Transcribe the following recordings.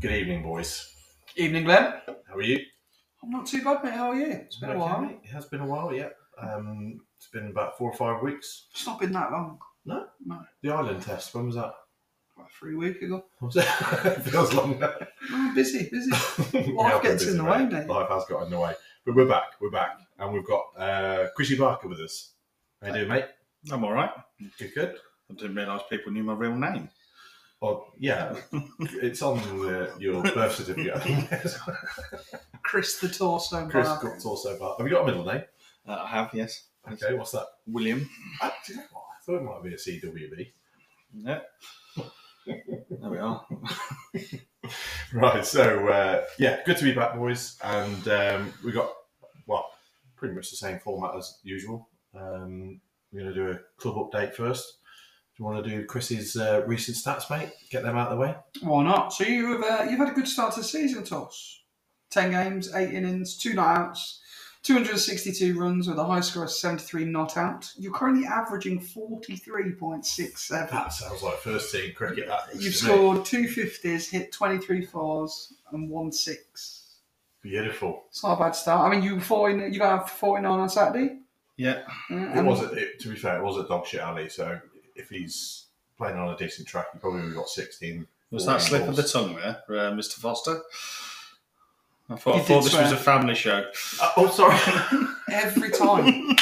Good evening, boys. Evening, Glenn. How are you? I'm not too bad, mate. How are you? It's been a Okay, while. mate. It has been a while, yeah. Um, it's been about four or five weeks. It's not been that long. No? No. The island test, when was that? About three weeks ago. Was it? Feels long now. Oh, busy, busy. Yeah, I've been gets in busy, the way, mate. mate. Life has got in the way. But we're back, we're back. And we've got uh, Chrissy Barker with us. How you doing, mate? I'm all right. Good, good. I didn't realise people knew my real name. Well, yeah, it's on the, your birth certificate. I think. Chris the torso. Chris Barker. got also Barker. Have you got a middle name? Uh, I have, yes. Okay, what's that? William. I, do you know what? I thought it might be a CWB. Yeah. there we are. Right, so uh, yeah, good to be back, boys, and um, we got well, pretty much the same format as usual. Um, we're going to do a club update first. Do you want to do Chris's uh, recent stats, mate? Get them out of the way. Why not? So you've uh, you've had a good start to the season, Toss. Ten games, eight innings, two not outs, two hundred and sixty-two runs with a high score of seventy-three not out. You're currently averaging forty-three point six seven. That sounds like first team cricket. That is You've to me. scored two fifties, hit twenty-three fours, and one six. Beautiful. It's not a bad start. I mean, you four in, you got forty-nine on Saturday. Yeah. Yeah, It and- was it, to be fair, it was a dog shit alley. So if he's playing on a decent track, he probably would have got sixteen. Was that slip of the balls. tongue there, uh, Mr. Foster? I You thought, I did thought this swear. was a family show. Uh, oh, sorry. Every time.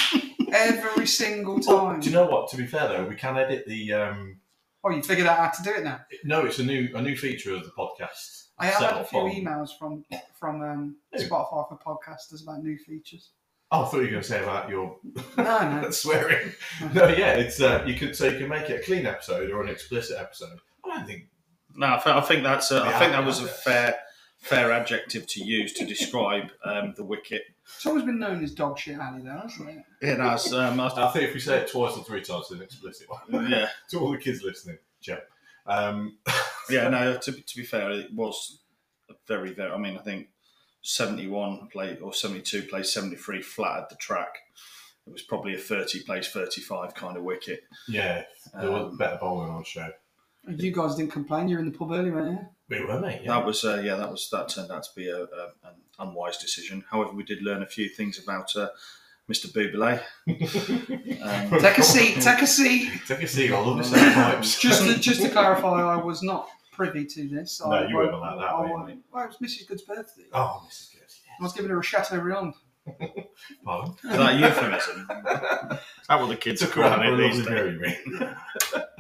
Every single Oh, time. do you know what? To be fair though, we can edit the. Um, oh, you figured out how to do it now. No, it's a new a new feature of the podcast. I have had a Set few on- emails from from um, Who? Spotify for podcasters about new features. Oh, I thought you were going to say about your No, no. swearing. No, yeah, it's uh, you could so you can make it a clean episode or an explicit episode. I don't think. No, I, th- I think that's a, I Yeah, think I that was a like it. fair fair adjective to use to describe um, the wicket. It's always been known as dog shit alley, though, hasn't it? It has. Um, I, I think if we say it twice or three times, it's an explicit one. yeah. to all the kids listening, Jim. Um, Yeah. No. To, to be fair, it was a very very. I mean, I think seventy-one play or seventy-two play seventy-three flat at the track. It was probably a thirty plays thirty-five kind of wicket. yeah, there was Um, better bowling on show. You guys didn't complain. You were in the pub early, weren't you? We were, mate. Yeah. That was uh, yeah, that was that turned out to be a, a, an unwise decision. However, we did learn a few things about uh, Mr. Boublé. Um, Take a seat. Take a seat. Take a seat. I love the sound pipes. Just to, just to clarify, I was not privy to this. No, I you won't- weren't allowed that, I were you, won't- mate? Well, it was Mrs. Good's birthday. Oh, this is good. Yeah. I was giving her a Chateau Rion. Pardon. is that a euphemism? Is that what the kids are Took her out calling for a it these lovely days? berry, mate.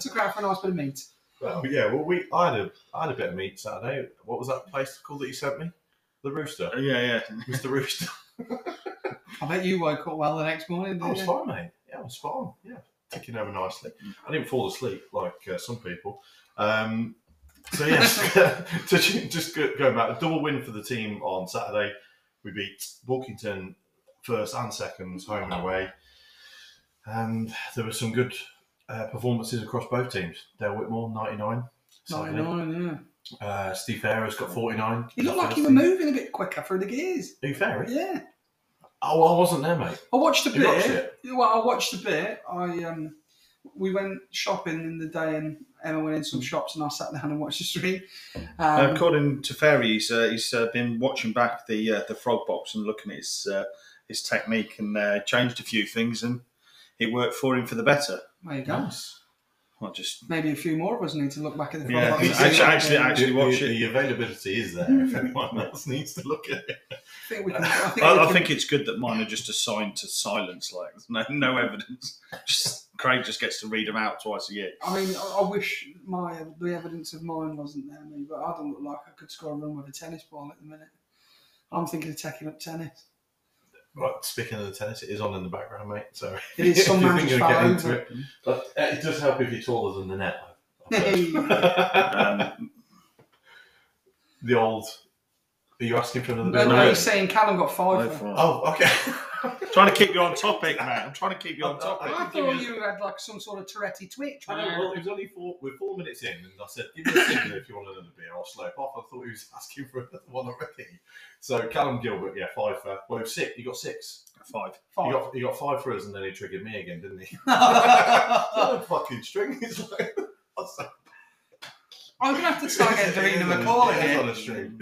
Took her out for a nice bit of meat. Well, yeah. Well, we I had a I had a bit of meat Saturday. What was that place called that you sent me? The Rooster. Uh, Yeah, yeah. Mr. Rooster. I bet you woke up well the next morning. I Didn't Oh, was you? fine, mate. Yeah, I was fine. Yeah, ticking over nicely. I didn't fall asleep like uh, some people. Um, so yes, touching- just go- going back, a double win for the team on Saturday. We beat Walkington first and second, home and away, and there were some good uh, performances across both teams. Dale Whitmore ninety nine. 99, yeah. Uh, Steve Farrow's got 49. He looked like he First was team. moving a bit quicker through the gears. Steve Farrow? Yeah. eh? Oh, I wasn't there, mate. I watched a You bit. watched it? Well, I watched a bit. I um, we went shopping in the day, and Emma went in some Mm. shops, and I sat down and watched the stream. Uh, Um, according to Ferry, he's, uh, he's uh, been watching back the uh, the frog box and looking at his uh, his technique and uh, changed a few things and it worked for him for the better. there you go. Nice. Not just Maybe a few more of us need to look back at the front Yeah, box and see actually- what- actually- I actually- watch the, it. The availability is there if anyone else needs to look at it. think we can. I think, I, we I can- think it's good that mine are just assigned to silence, like there's no, no evidence. Just Craig just gets to read them out twice a year. I mean, I, I wish my the evidence of mine wasn't there, me, but I don't look like I could score a run with a tennis ball at the minute. I'm thinking of taking up tennis. Right, speaking of the tennis, it is on in the background, mate. So It is some if you man's think you're foul gonna over. it. But uh, it does help if you're taller than the net. I've heard. Um, the old. Are you asking for another No, bit? no, of he's it? saying Callum got five. for- Oh, okay. trying to keep you on topic, man. I'm trying to keep you on I I can topic. give thought you- you had like some sort of Tourette twitch. I know, well, it was only four. We're four minutes in, and I said, "Give me a signal if you want another beer. I'll slope off." I thought he was asking for another one already. So Callum Gilbert, yeah, five for. Well, six. You got six. Five. He Five. got he got five for us, and then he triggered me again, didn't he? It's not a fucking string. It's like. I was like, I'm gonna have to start getting Davina McCall in That's here. not a stream.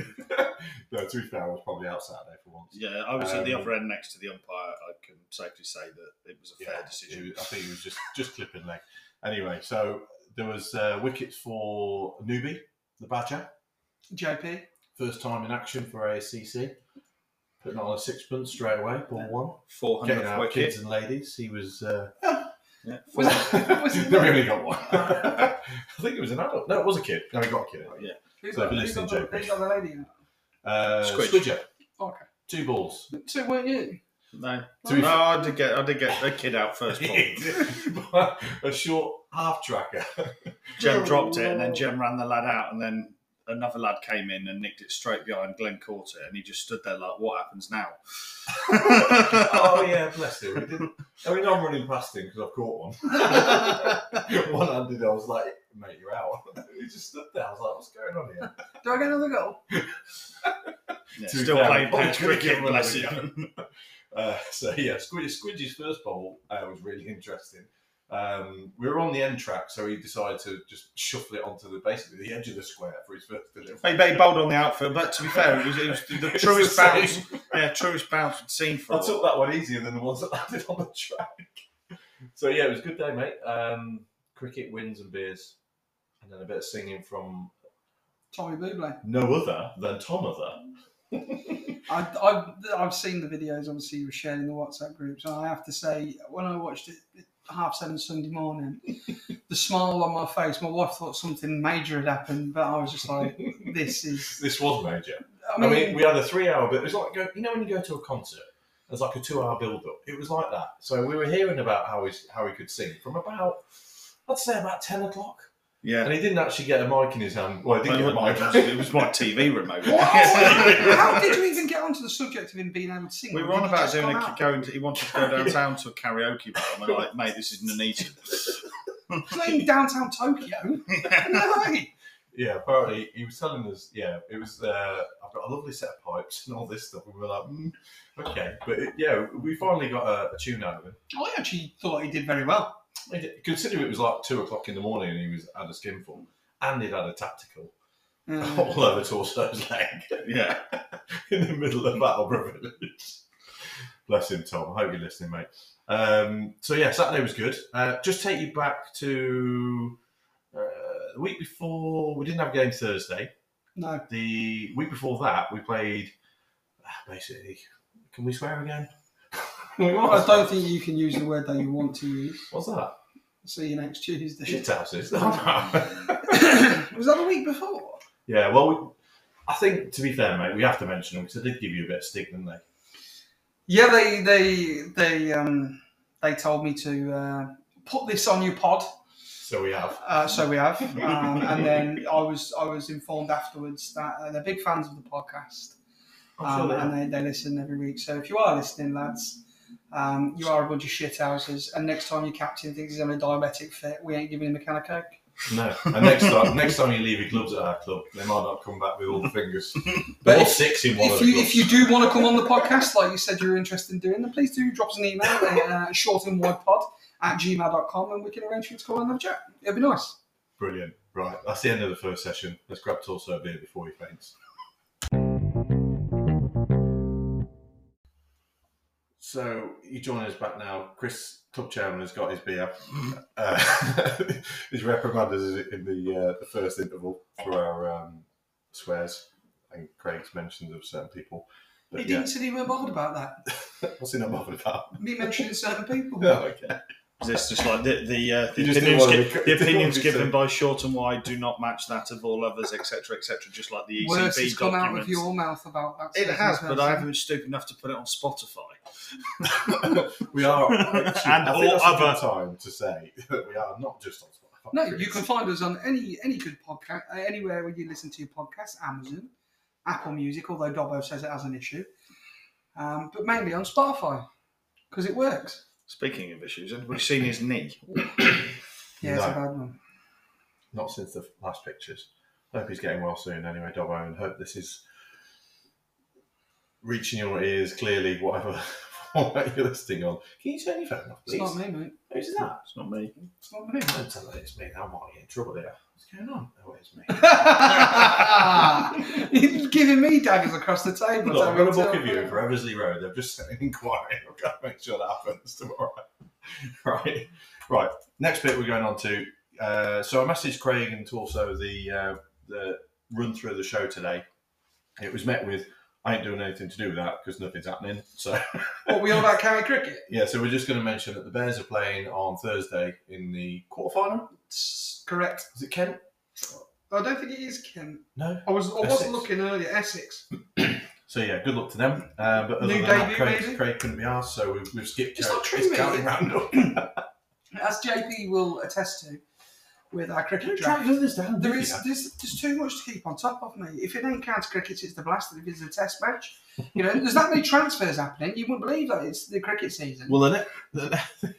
no, to be fair, I was probably out Saturday for once. Yeah, I was at the Um, other end next to the umpire. I can safely say that it was a fair He decision. was- I think he was just just clipping leg. Anyway, so there was uh, wickets for newbie, the Badger, JP. first time in action for ASCC, putting on a sixpence straight away, ball one, Four getting hundred out wicket. kids and ladies. He was. Uh, Yeah, Was four- it- was it- no, he only got one. I think it was an adult. No, it was a kid. No, he got a kid. Who's So if got, you're who's got listening, the, JP. who's got the lady in it? Uh, Squidge. Squidger, Okay. two balls. So weren't you? No, To be no, I did get I did get a kid out first ball. a short half tracker. Jem dropped it, and then Jem ran the lad out, and then another lad came in and nicked it straight behind. Glenn caught it, and he just stood there like, "What happens now?" oh yeah, bless him. We did. I mean, I'm running past him because I've caught one. One-handed, I was like, "Mate, you're out." he just stood there. I was like, "What's going on here?" Do I get another goal? Yeah, To be still fair, playing I pitch could've cricket, given him bless another him. Uh, so yeah, Squidge, Squidge's first bowl uh, was really interesting. Um, we were on the end track, so he decided to just shuffle it onto the basically the edge of the square for his first delivery. He, he bowled on the outfield, but to be fair, it was, it was the It's truest the bounce, same. yeah, truest bounce we'd seen for. I a while. took that one easier than the ones that landed on the track. So yeah, it was a good day, mate. Um, cricket, wins, and beers, and then a bit of singing from Tommy Buble. no other than Tom Other. I, I've, I've seen the videos, obviously, you were sharing the WhatsApp groups. And I have to say, when I watched it at half seven Sunday morning, the smile on my face, my wife thought something major had happened, but I was just like, this is. This was major. I I mean, mean, we had a three-hour bit. It was like go, you know when you go to a concert, there's like a two-hour build-up. It was like that. So we were hearing about how he's how he could sing from about I'd say about ten o'clock, Yeah, and he didn't actually get a mic in his hand. Well, he didn't get a mic. it was my TV remote. What? how did you even get onto the subject of him being able to sing? We were Did on you about just doing come a out? going. To, he wanted to go downtown to a karaoke bar, and we're like, "Mate, this is Nanita." playing downtown Tokyo. No way. Yeah, apparently he was telling us. Yeah, it was. Uh, I've got a lovely set of pipes and all this stuff, and we were like, mm, okay. But it, yeah, we finally got a, a tune out of him. I actually thought he did very well. Considering it was like two o'clock in the morning, and he was had a skinful, and he'd had a tactical. Uh, all over Torso's leg yeah, in the middle of Battleborough Village. Bless him, Tom. I hope you're listening, mate. Um, so, yeah, Saturday was good. Uh, just take you back to uh, the week before. We didn't have a game Thursday. no, The week before that, we played ah, basically. Can we swear again? I don't think you can use the word that you want to use. What's that? See you next Tuesday. Shit houses. yeah, was that the week before? well, we, I think, to be fair, mate, we have to mention them because they did give you a bit of stick, didn't they? Yeah, they they they um they told me to uh, put this on your pod, So we have. uh, so we have, um, and then I was I was informed afterwards that uh, they're big fans of the podcast, I'm sure um, they have. and they, they listen every week. So if you are listening, lads, um, you are a bunch of shithouses, and next time your captain thinks he's on a diabetic fit, we ain't giving him a can of coke. No, and next time, next time you leave your gloves at our club, they might not come back with all the fingers. But but if- six in one of If the you gloves. if you do want to come on the podcast, like you said you're interested in doing, then please do drop us an email at uh, short and wide pod at gmail.com and we can arrange for you to come on and have a chat. It'll be nice. Brilliant. Right, that's the end of the first session. Let's grab Torso a beer before he faints. So you join us back now. Chris, club chairman, has got his beer. Uh, he's reprimanded us in the uh, the first interval for our um, swears and Craig's mentions of certain people. He But yeah, didn't say he weren't bothered about that. what's he not bothered about? Me mentioning certain people. No, okay. it's just like the the, uh, You the just didn't opinions, wanna be- gi- you the didn't wanna opinions be given so- by short and wide do not match that of all others, etc., etc. Just like the ECB Worse has come out E documents. of your mouth about that. it certain has, but I person. haven't been stupid enough to put it on Spotify. We are, actually, And I all think that's a good other- time to say that we are not just on Spotify. No, you can find us on any any good podcast, uh, anywhere where you listen to your podcast, Amazon, Apple Music, although Dobbo says it has an issue, um, but mainly on Spotify because it works. Speaking of issues, anybody seen his knee? Yeah, it's a No. bad one. Not since the last pictures. Hope he's getting well soon. Anyway, Dobbo, and hope this is reaching your ears clearly. Whatever format you're listening on. Can you turn your phone off, It's please? not me, mate. Who's that? It's not me. It's not me. Don't tell me it's me. I might get in trouble here. What's going on? Oh, wait. is me. You're giving me daggers across the table. Look, I'm going to Darren. book a viewing for Eversley Road. They've just sent an inquiry. I've got to make sure that happens tomorrow. right, right. Next bit we're going on to. Uh, so I messaged Craig and also the uh, the run through of the show today. It was met with. I ain't doing anything to do with that because nothing's happening. So What we all about county cricket? yeah, so we're just going to mention that the Bears are playing on Thursday in the quarterfinal. It's correct. Is it Kent? I don't think it is Kent. No. I was I was Essex. looking earlier. Essex. So yeah, good luck to them. Uh, but other New than that, debut, Craig, maybe? Craig couldn't be asked, so we've, we've skipped. It's Joe- not true, it's mate. counting round. As JP will attest to with our cricket draft. this down. There is there's, there's too much to keep on top of, mate. If it ain't county cricket, it's the blast. If it's a test match, you know, there's that many transfers happening. You wouldn't believe that it's the cricket season. Well, the, ne- the ne-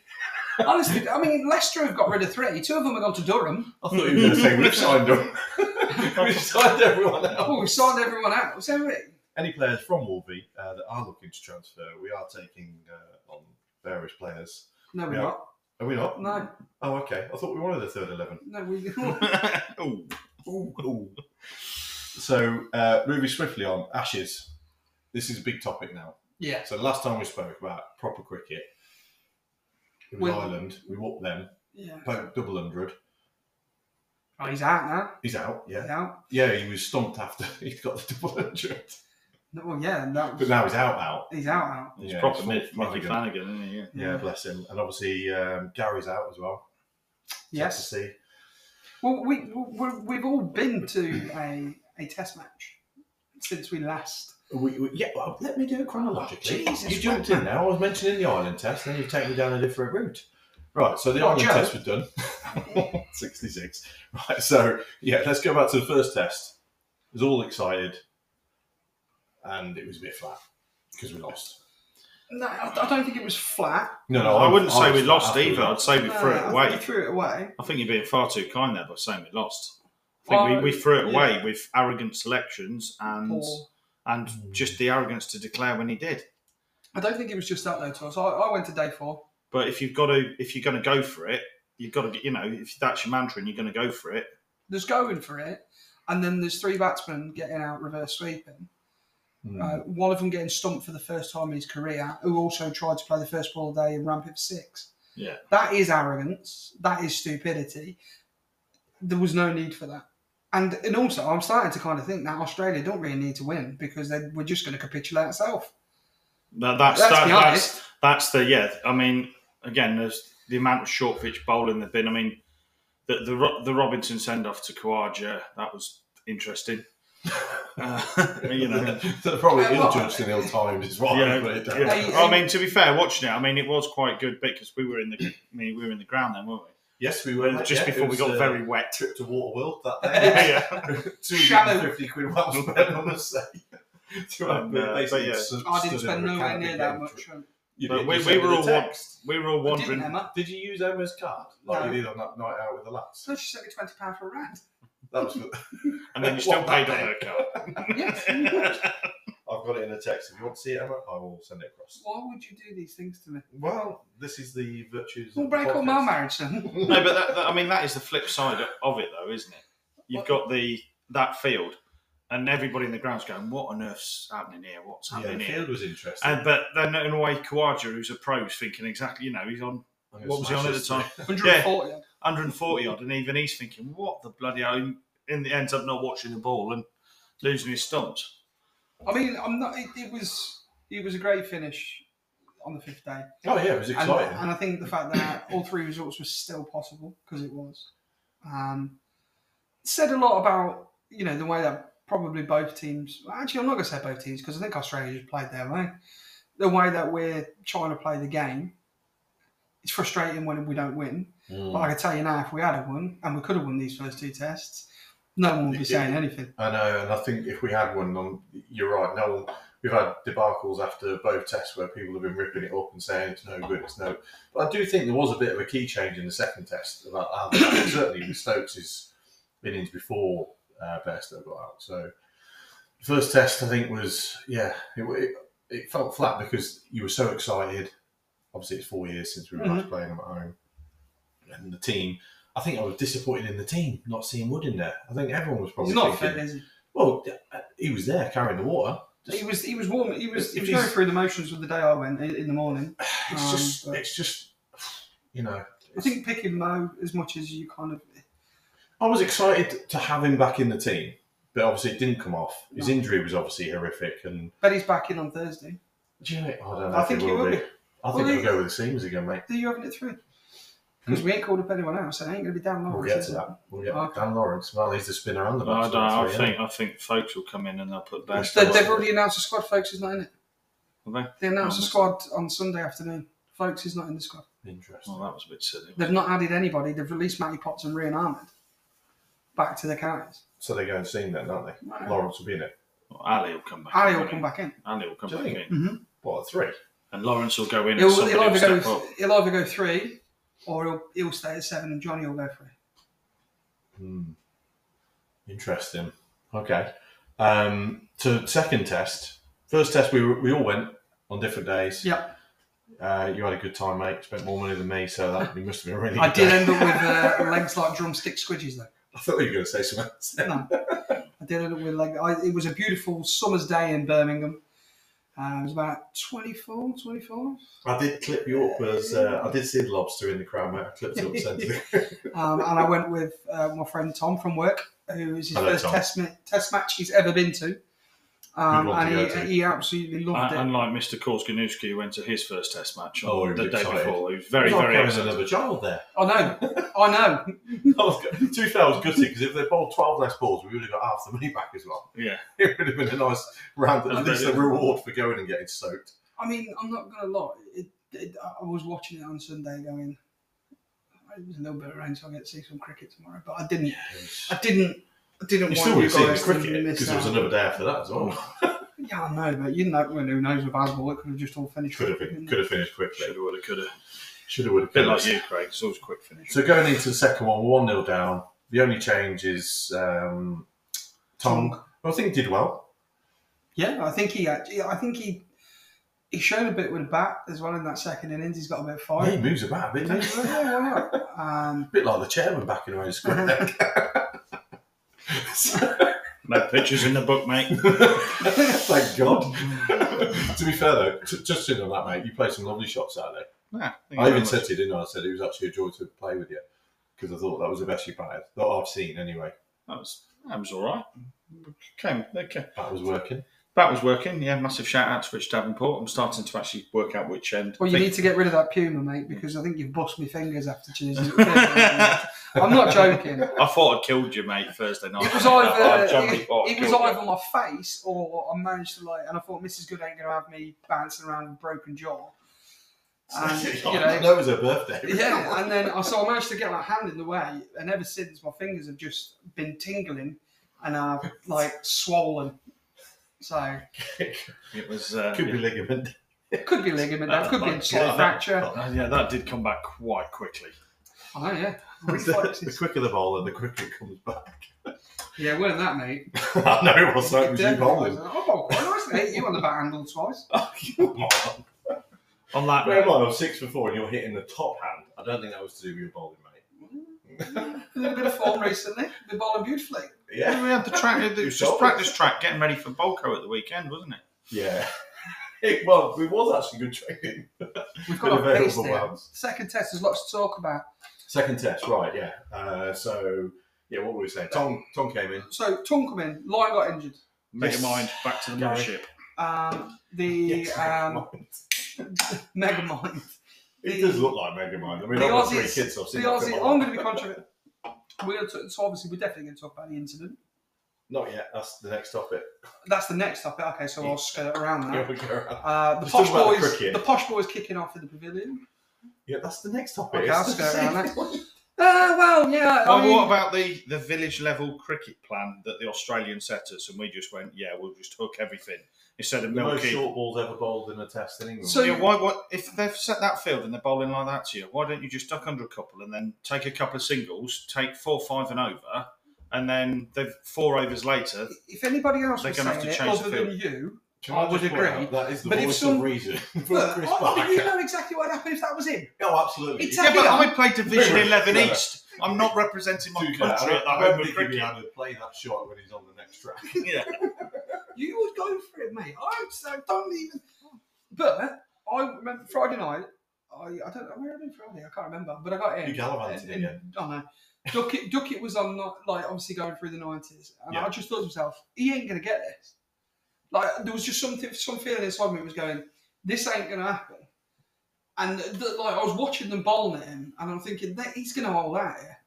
Honestly, I mean, Leicester have got rid of three. Two of them have gone to Durham. I thought you were going to say we've signed them. we've signed everyone out. Oh, we've signed everyone else, haven't we? Any players from Wolby uh, that are looking to transfer, we are taking uh, on various players. No, we're Yeah. not. Are we not? No, Oh, okay. I thought we wanted a third eleven. no, we. Ooh. So uh, moving swiftly on, Ashes. This is a big topic now. yeah. So the last time we spoke about proper cricket, it was Well- Ireland. We walked them, Yeah. played double hundred. Oh, he's out now. He's out. Yeah, He's out. yeah. He was stumped after he got the double hundred, No, well, yeah, no. but now he's out. Out. he's out now. It's Yeah, proper it's mid, Flanagan. Mickey Flanagan, isn't he? Yeah. Yeah, bless him. And obviously, um, Gary's out as well. Sad Yes. To see. Well, we, we we've all been to a a test match since we last. We, we, yeah, well, let me do it Oh, chronologically. Jesus you jumped Christ. in now. I was mentioning the island test, then you've taken me down a different route. Right, so the Oh, What, island Joe? test was done. 66. Right, so yeah, let's go back to the first test. I was all excited, and it was a bit flat because we lost. No, I, I don't think it was flat. No, No, I wouldn't say was we flat lost after we either. lost. I'd say we No, threw I it think away. we threw it away. I think you're being far too kind there by saying we lost. I think Well, we, we threw it yeah. away with arrogant selections and Or- and Mm. just the arrogance to declare when he did. I don't think it was just that though, to us. I, I went to day four. But if you've got to, if you're going to go for it, you've got to, you know, if that's your mantra and you're going to go for it, There's going for it, and then there's three batsmen getting out reverse sweeping. Hmm. Mm. Uh, one of them getting stumped for the first time in his career, who also tried to play the first ball of the day and ramp it for six. Yeah. That is arrogance. That is stupidity. There was no need for that. And and also, I'm starting to kind of think that Australia don't really need to win because they were just going to capitulate itself. that, that's Let's that, be that's honest. that's the yeah. I mean, again, there's the amount of short pitch bowling they've been. I mean, the the, Ro- the Robinson send off to Kawaja that was interesting. Uh, you know, They're probably Yeah, ill well- judged and ill timed as well. Yeah, but it- yeah. Hey, Well, I hey. mean, to be fair, watching it, I mean, it was quite good because we were in the, I mean, we were in the ground then, weren't we? Yes, we were. Just yeah, it before we was, got uh, very wet. trip to Waterworld that day. yeah. 250 quid well spent on a set. To have And, uh, basically but yeah. stood I didn't in spend a nowhere canopy near that going much. through- um, You But did, we- you we sent me were the all wa- text. We were all I didn't, wondering. Emma. Did you use Emma's card like No. you did on that night out with the lads? So she sent me twenty pound for a rant. That was. And then you still What, that paid on her day? card. Yes. I've got it in a text. If you want to see it, Emma, I will send it across. Why would you do these things to me? Well, this is the virtues. We'll of the break up podcast. my marriage then. no, but that, that, I mean, that is the flip side of it, though, isn't it? You've got the that field, and everybody in the ground's going, "What on earth's happening here? What's Yeah, happening the here?" field was interesting. And but then in a way, Kawaja, who's a pro, is thinking exactly, you know, he's on I'm gonna what was he smash on at the this time? thing. 140. 140 odd, and even he's thinking, "What the bloody hell?" And In the ends up not watching the ball and losing his stumps. I mean, I'm not. It, it was it was a great finish on the fifth day, Oh yeah, it was and, exciting. and I think the fact that all three results were still possible because it was um, said a lot about you know the way that probably both teams. well, Actually, I'm not going to say both teams because I think Australia just played their way. The way that we're trying to play the game, it's frustrating when we don't win. Mm. But I can tell you now, if we had have won and we could have won these first two tests, no one would be saying anything. I know, and I think if we had one, um, you're right. No, one- we've had debacles after both tests where people have been ripping it up and saying it's no good, it's no. But I do think there was a bit of a key change in the second test about how certainly with Stokes' innings before uh, Bairstow got out. So the first test, I think, was yeah, it, it, it felt flat because you were so excited. Obviously, it's four years since we were last playing them at home, and the team. I think I was disappointed in the team not seeing Wood in there. I think everyone was probably He's not thinking, fit, is he? well, uh, he was there carrying the water. He was he was warm. He was he If was going he's- through the motions with the day I went in in the morning. It's Um, just, but- it's just, you know. I think picking Mo as much as you kind of I was excited to have him back in the team, but obviously it didn't come off. His No. injury was obviously horrific, and bet he's back in on Thursday. do you know, I don't know. I if think he will I be. think Well, he'll he- go with the seams again, mate. Are you having it through? Because we ain't called up anyone else, so it ain't going to be Dan We'll Lawrence. get Oh, is to it? that. We'll get Okay. Dan Lawrence. Well, he's the spinner and the I box. don't. know, I think I think folks will come in and they'll put down. Yes, They, Well, they've already announced the squad. Folks is not in it. Have they? They announced the Oh, squad on Sunday afternoon. Folks is not in the squad. Interesting. Well, that was a bit silly. They've not added anybody. They've released Matty Potts and Ryan Ahmed back to the counties. So they're going seam then, aren't they? Right. Lawrence will be in it. Well, Ali will come back. Ali in, will won't come he? back in. Ali will come Do you back think? in, What, three? and Lawrence will go in. and He'll, somebody he'll will either go step up. he'll either go three, or he'll, he'll stay at seven, and Johnny will go three. Hmm. Interesting. Okay. Um, to second test. First test, we, were- we all went on different days. Yep. Uh, you had a good time, mate. Spent more money than me, so that you must have been a really. I good did day. end up with uh, legs like drumstick squidges though. I thought you were going to say something. else. No, I did end up with like I, it was a beautiful summer's day in Birmingham. Uh, it was about 24, 25. I did clip you up as uh, I did see the lobster in the crowd, mate. I clipped it up centre. Um, and I went with uh, my friend Tom from work, who is his Hello, first Tom. test, ma- test match he's ever been to. Good Um, one to and he, go to. he absolutely loved Un- it. Unlike Mr. Korsganuski, who went to his first test match on Oh, he was the day excited. before. He was very, very carrying excited. another child there. I know, I know. I was, go- to be fair, I was gutted because if they bowled twelve less balls, we would have got half the money back as well. Yeah. It would have been a nice round. At That's least a brilliant. reward for going and getting soaked. I mean, I'm not going to lie. It, it, I was watching it on Sunday going, it was a little bit of rain, so I'll get to see some cricket tomorrow. But I didn't, I didn't, I didn't You want still would you have seen the guys to cricket miss because there was out. another day after that as well. Yeah, I know, but you know, well, who knows with Basball, it could have just all finished. could have been, could have finished quickly. Shoulda, woulda, coulda. Should have, would have. bit like you, Craig. It's always a quick finish. So going into the second one, one 0 down. The only change is um, Tom. Tong. Well, I think he did well. Yeah, I think he actually, I think he, he showed a bit with a bat as well in that second innings. He's got a bit of Yeah, he fire. moves about a bit. doesn't he? yeah, why not? Um, A bit like the chairman back in his square. No pictures in the book, mate. Thank God. Mm. to be fair though, t- just in on that, mate, you played some lovely shots out there. Nah, I even said to you, didn't I? I said it was actually a joy to play with you because I thought that was the best you batted that I've seen anyway. that was, that was all right. Came, they came. That was working. That was working. Yeah, massive shout out to Rich Davenport. I'm starting to actually work out which end. well, you need to get rid of that puma, mate, because I think you've bust me fingers after Tuesday. I'm not joking. I thought I'd killed you, mate, Thursday night. It was I either generally it, thought I'd it was killed you. either my face or I managed to like, and I thought Mrs. Good ain't gonna have me bouncing around with a broken jaw. And you know, that was her birthday. yeah, and then I so I managed to get my hand in the way, and ever since my fingers have just been tingling, and I've like swollen. So It was. Uh, could yeah. be ligament. it could be ligament, That it could be was a like- slight yeah, that- fracture. Uh, yeah, that did come back quite quickly. I know, yeah. the, the Reflexes. quicker the bowler, the quicker it comes back. Yeah, weren't that, mate. I know it was that was you Definitely. bowling. Oh, quite nicely. Hit you on the bat handle twice. On that Bear in note, mind, I'm six before, and you're hitting the top hand. I don't think that was to do with your bowling, mate. A little bit of form recently. We're bowling beautifully. Yeah. we had the track. It was Yourself. just practice track, getting ready for Bolco at the weekend, wasn't it? Yeah. It, well, it was actually good training. We've Bit got of our pace overwhelmed. now. Second test, there's lots to talk about. Second test, right? Yeah. Uh, so yeah, what were we saying? Tom, Tom came in. So, Tom come in. Lyon got injured. Make Yes. your mind back to the Gary. mothership. Um, the um, Megamind. He the- does look like Megamind. I mean, the I've got three Aussies- kids, so I've The seen that Aussie, film a lot. I'm going to be controversial. We're gonna t- so obviously we're definitely going to talk about the incident. Not yet. That's the next topic. That's the next topic. Okay, so I'll skirt around Here that. we go. Uh, the Let's talk posh about the boys, the, cricket. posh boys kicking off in the pavilion. Yeah, that's the next topic. Okay, It's I'll the skirt same around that. one. Uh, well, yeah. I Well, mean, what about the, the village level cricket plan that the Australians set us, and we just went, yeah, we'll just hook everything instead of The most milking. short balls ever bowled in a test in England. So- Yeah, why, what, if they've set that field and they're bowling like that to you, why don't you just duck under a couple and then take a couple of singles, take four, five, and over, and then they've four overs later. if anybody else They're was saying gonna have to it change the other than you, Can I would just point agree, out That is the but if voice some- of reason from look, Chris I, but you Barker. know exactly what would happen if that was him. Oh, absolutely. It's Yeah, but Yeah. I played Division Really? Eleven Yeah. East. I'm not representing my To be fair, I country don't, at the I home don't of think he'd be cricket. able to play that shot when he's on the next track. Yeah. You would go for it, mate. I would say, don't even. But I remember Friday night. I, I don't know where I been Friday. I can't remember, but I got in. You gallivanted And- again. and- I know. Duckett, Duckett was on not like obviously going through the nineties, and Yeah. I just thought to myself, he ain't gonna get this. Like there was just something, some feeling inside me was going, this ain't gonna happen. And the, like I was watching them bowling at him, and I'm thinking that he's gonna hold out here.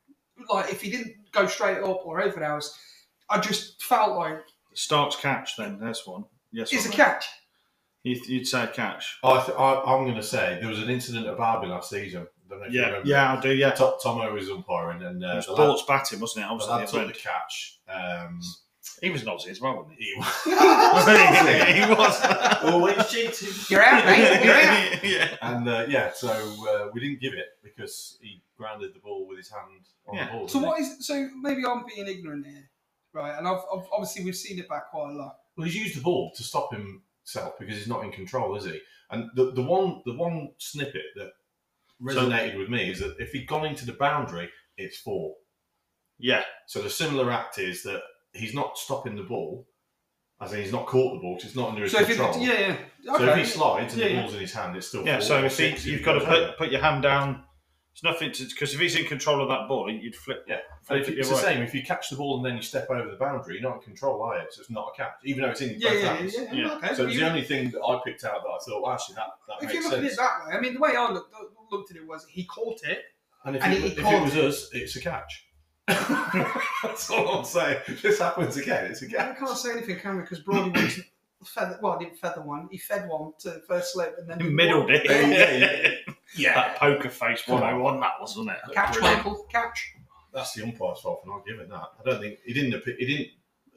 Like if he didn't go straight up or anything else, I just felt like Starts catch then. There's one. Yes. it's or a no? catch. You'd, you'd say catch. I th- I, I'm going to say there was an incident at Derby last season. I don't know if you Yeah. remember. Yeah, I do. Yeah. Tom, Tomo was umpiring and It uh, was the lad, Sports batting, wasn't it? I the was lad at the took the event. catch. Um, He was an Aussie as well, wasn't he? he he was. always cheating. You're out, mate. You're out. yeah. And uh, yeah, so uh, we didn't give it because he grounded the ball with his hand on Yeah. the ball. So didn't what is so maybe I'm being ignorant here, right? And I've, I've obviously we've seen it back quite a lot. Well, he's used the ball to stop himself because he's not in control, is he? And the, the one the one snippet that resonated with me is that if he'd gone into the boundary, it's four. Yeah. So the similar act is that he's not stopping the ball, as in he's not caught the ball because it's not under his So if it, control. yeah, yeah, So if okay. he slides and Yeah, the yeah. ball's in his hand, it's still Yeah. four So or if he, six you've it got to goes over. put, put your hand down. It's nothing to because if he's in control of that ball, you'd flip. Yeah. And flip if it it's the the other way. same. If you catch the ball and then you step over the boundary, you're not in control, are you? So it's not a catch, even though it's in yeah, both yeah, hands. yeah, Yeah. yeah. Okay. So Well, it's you- the only thing that I picked out that I thought, well, actually, that, that if makes you look at sense. it that way, I mean, the way I looked, looked at it was he caught it. And if, And it, he if it caught was us, it's a catch. That's all I'm saying. If this happens again, it's a I catch. can't say anything, can we? Because Brody went to feather. Well, I didn't feather one. He fed one to first slip, and then He middled it. Yeah, yeah, That poker face Come on. 101, that was, wasn't it? Catch, Brilliant. Michael. Catch. That's the umpire's fault for not giving that. I don't think he didn't. appe- He didn't.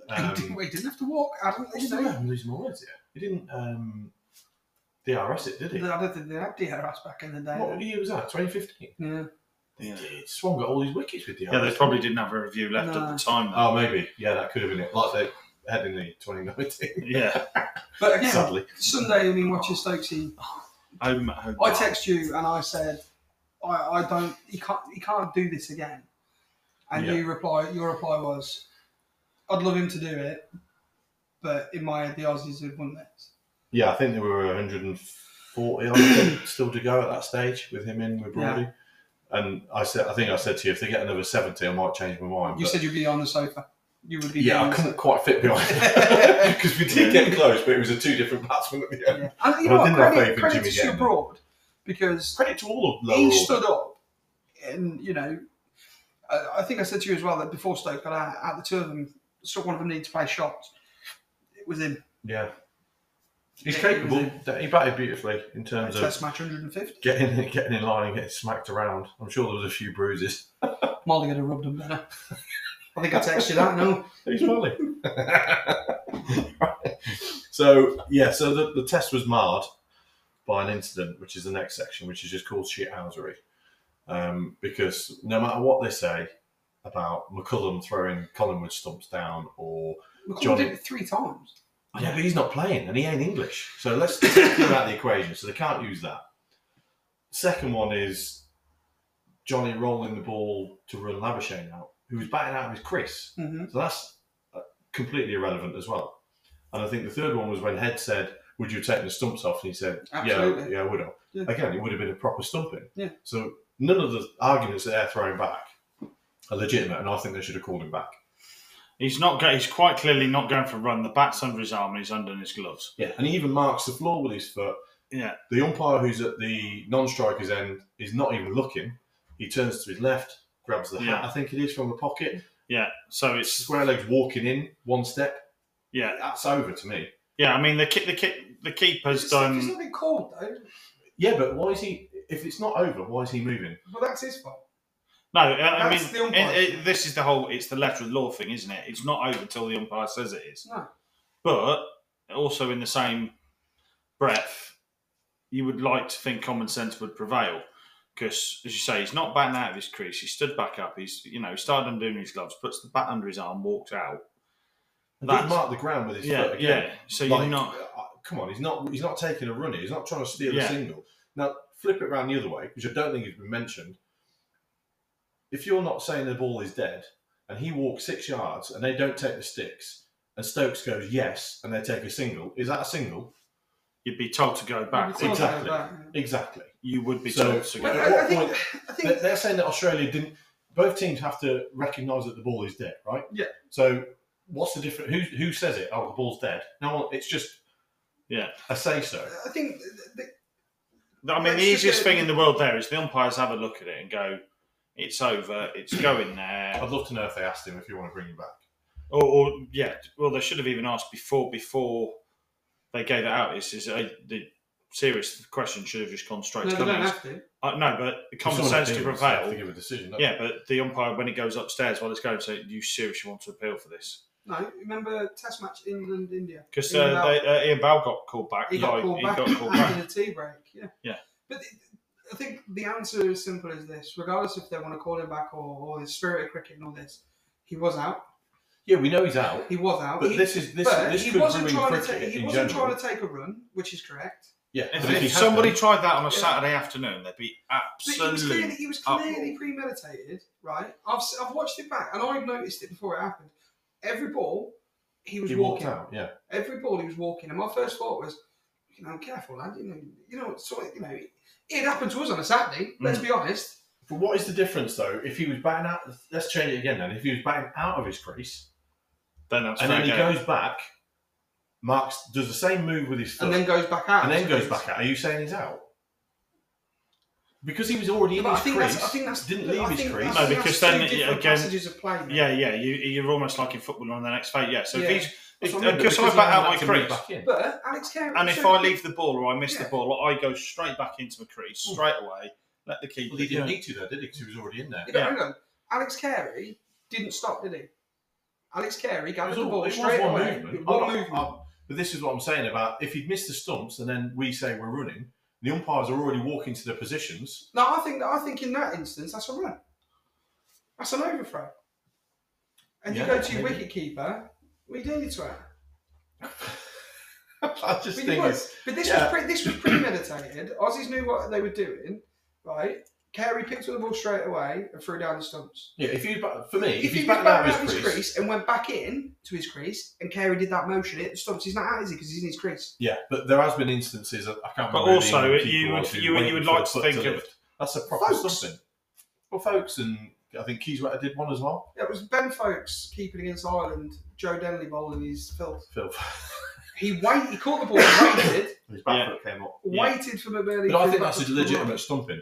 he, didn't, Um, well, he didn't have to walk. I don't he think so. didn't I'm losing my words here. He didn't um, DRS it, did he? I don't think they had DRS back in the day. What year was that? 2015. Yeah. Yeah. Did Swan got all these wickets with DRS? Yeah, they probably didn't have a review left at No. the time. oh, maybe. Yeah, that could have been it. Like they had in the 2019. Yeah. But again, Sadly, Sunday, I mean, watching Stokesy, Home, home. I text you and I said, I, I don't, he can't, he can't do this again. And Yeah. you reply, your reply was, I'd love him to do it, but in my head, the Aussies have won this. yeah, I think there were 140 I think, still to go at that stage with him in with Brody. And I said, I think I said to you, if they get another 70, I might change my mind. You Oh, but- said you'd be on the sofa. You would be. yeah, on I the couldn't sofa. quite fit behind because we did get close, but it was a two different batsmen at the end. Yeah. And you Well, I know what? didn't have faith Credit, in credit Jimmy to Stuart Gaitman. Broad because Credit to all of lower he order. stood up, and you know, I, I think I said to you as well that before Stoke got out, out the two of them, so one of them needed to play shots. It was him. Yeah, he's Yeah, capable. he He batted beautifully in terms of Uh, Test match 150. getting getting in line and getting smacked around. I'm sure there was a few bruises. Molly would have rubbed him better. I think I texted you that. No, He's Molly. so yeah, so the, the test was marred by an incident, which is the next section, which is just called shithousery. Um, because no matter what they say about McCullum throwing Collingwood stumps down, or McCall John- did it three times. yeah, but he's not playing and he ain't English, so let's take him out of the equation. So they can't use that. Second one is Johnny rolling the ball to run Labuschagne out, who was batting out of his crease. hmm So that's uh, completely irrelevant as well. And I think the third one was when Head said, "Would you have taken the stumps off?" And he said, Absolutely. "Yeah, yeah, I would have." Yeah. Again, it would have been a proper stumping. Yeah. So none of the arguments that they're throwing back are legitimate, and I think they should have called him back. He's not. Go- he's quite clearly not going for a run. The bat's under his arm and he's under his gloves. Yeah. And he even marks the floor with his foot. Yeah. The umpire who's at the non-striker's end is not even looking. He turns to his left, grabs the hat. Yeah. I think it is from the pocket. Yeah. So it's Square legs walking in one step. yeah. That's over to me. Yeah. I mean the ki- the ki- the keeper's It's, it's done. not been called though, Yeah, but why is he? If it's not over, why is he moving? but that's his fault. No, I I That's the mean umpire. it, it, this is the whole. It's the letter of the law thing, isn't it? It's not over till the umpire says it is. No. But also in the same breath, you would like to think common sense would prevail. Because, as you say, he's not batting out of his crease. He stood back up. He's, you know, started undoing his gloves, puts the bat under his arm, walks out. And That's- did mark the ground with his Yeah, foot again. yeah. So Like, you're not. uh, Come on, he's not. He's not taking a runner. He's not trying to steal a Yeah. single. Now flip it round the other way, which I don't think has been mentioned. if you're not saying the ball is dead and he walks six yards and they don't take the sticks and Stokes goes yes and they take a single, is that a single? You'd be told to go back. You'd be told- Exactly. exactly. Exactly. You would be So- told to go Well, But At back. I, I what think, I think They're, they're saying that Australia didn't. Both teams have to recognise that the ball is dead, right? Yeah. So what's the difference? Who who says it? Oh, the ball's dead. No, one- it's just Yeah. a say so. I think th- th- I mean, Let's the just easiest go- thing in the world there is the umpires have a look at it and go, it's over, it's going there. I'd love to know if they asked him if you want to bring him back. Or, or yeah, well, they should have even asked before before they gave it out. It's, it's a, the serious question should have just gone straight no, to they the don't man's- have to. uh, No, but the common Someone sense at to England have prevail. to give a decision. don't Yeah, but the umpire, when it goes upstairs while it's going, say, "Do you seriously want to appeal for this?" No, remember Test match England India. Because Ian uh, Bow- they- uh, Ian Bow got called back. he got like, called he back got called after back. the tea break. Yeah. Yeah. But th- I think the answer is simple as this: regardless if they want to call him back or, or the spirit of cricket and all this, he was out. they? yeah, we know he's out. He was out. But he, this is this, but this he could wasn't ruin trying cricket to take, he in wasn't general. trying to take a run, which is correct. yeah, If, but if he had somebody done- tried that on a Yeah. Saturday afternoon, they'd be But he was clearly, absolutely. he was uproar. clearly premeditated, right? I've, s- I've watched it back and I've noticed it before it happened. Every ball, he was he walked walking. out. Yeah, Every ball he was walking, and my first thought was, you know, careful, lad. You know, you know, so, you know, it happened to us on a Saturday. Mm. Let's be honest. but what is the difference though? If he was batting out, let's change it again. Then if he was batting out of his crease Then that's and fair then he game. goes back, marks does the same move with his foot And then goes back out. and then goes back out. Are you saying he's out? Because he was already in But I his think crease. that's. I think that's. didn't I leave think his crease. that's- No, because that's then, two yeah, different again- passages of play. mate. Yeah, yeah. You, you're almost like in football on the next phase. Yeah. So Yeah. if he's That's uh, if, what I mean, if because I he bat out had my to move crease, back in. But Alex Carey. and if so- I leave the ball or I miss Yeah. the ball, I go straight back into the crease Mm. straight away. Let the keeper. Well, he didn't Yeah. need to though, did he? Because he was already in there. You know, Yeah. hang on. Alex Carey didn't stop, did he? Alex Carey It was gathered the all- ball it was straight one away. movement. One I'm not- movement. I'm- but this is what I'm saying about if he'd missed the stumps and then we say we're running, the umpires are already walking to their positions. No, I think that I think in that instance that's a run. That's an overthrow. And Yeah, you go to your maybe. wicket keeper, we do it to her. I just But, think you it's, was, but this yeah. was pre, this was premeditated. Aussies knew what they were doing, right? Carey picked up the ball straight away and threw down the stumps. yeah. If you for me, if, If, he's he was back back out out of his crease, and went back in to his crease, and Carey did that motion, it stumps. He's not out, is he? Because he's in his crease. yeah. But there has been instances I can't. remember But who the also, England you keeper would- was who you would- waited you would for like the to foot think of- lift. that's a proper Folks. something. Well, folks, and I think Keyswetter did one as well. It was Ben Folks keeping against Ireland. Joe Denley bowling his filth. Phil, He wait. He caught the ball, and waited, his back Yeah. foot came up. Yeah. waited for McBurney. But I think that's a legitimate stumping.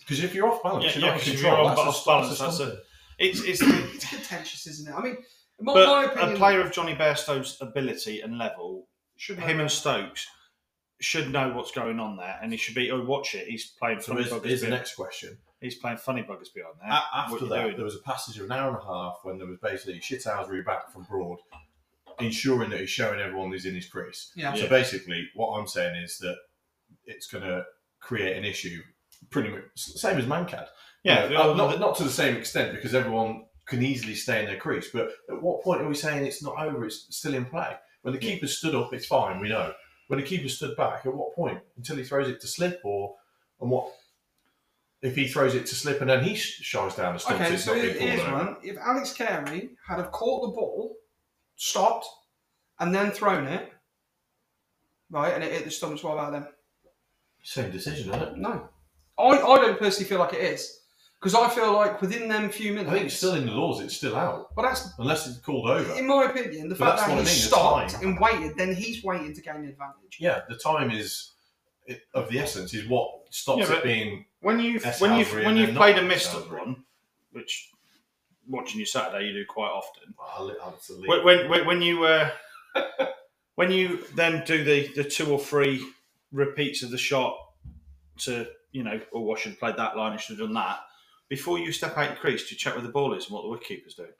Because if you're off balance, Yeah, you're yeah, not in 'cause if control. you're on- that's a- off balance, that's a that's stumping. a- It's it's the, It's contentious, isn't it? I mean, my, my but opinion. a player of Johnny Bairstow's ability and level should him and Stokes should know what's going on there, and he should be. Oh, watch it! He's playing So funny here's, buggers. here's the behind- next Uh, question. He's playing funny buggers behind there. A- What after you that, doing? there was a passage of an hour and a half when there was basically shithousery back from Broad, ensuring that he's showing everyone he's in his crease. yeah. So basically, what I'm saying is that it's going to create an issue, pretty much same as Mancad. You know, yeah, the- uh, not, not to the same extent because everyone can easily stay in their crease. But at what point are we saying it's not over? It's still in play. When the Yeah. keeper stood up, it's fine. We know. When the keeper stood back, at what point until he throws it to slip or and what if he throws it to slip and then he sh- shies down the stumps? Okay, it's so not being here- here's pulled over. one. If Alex Carey had have caught the ball, stopped, and then thrown it, right, and it hit the stumps, what about them? Same decision, isn't it? No, I, I don't personally feel like it is because I feel like within them few minutes. I think it's still in the laws. It's still out Well, that's unless it's called over. in my opinion the But fact that's that what he I mean, the stopped time. and waited. Then he's waiting to gain the advantage. Yeah, the time is it, of the essence. Is what stops Yeah, it but- being when you That's when you Albury when and you they're played not a missed Albury. one, which watching you Saturday you do quite often. well, it's a league. When when, when- when you uh, when you then do the the two or three repeats of the shot to you know, oh, I should have played that line. I should have done that. Before you step out your crease, do you check where the ball is and what the wicketkeeper's doing?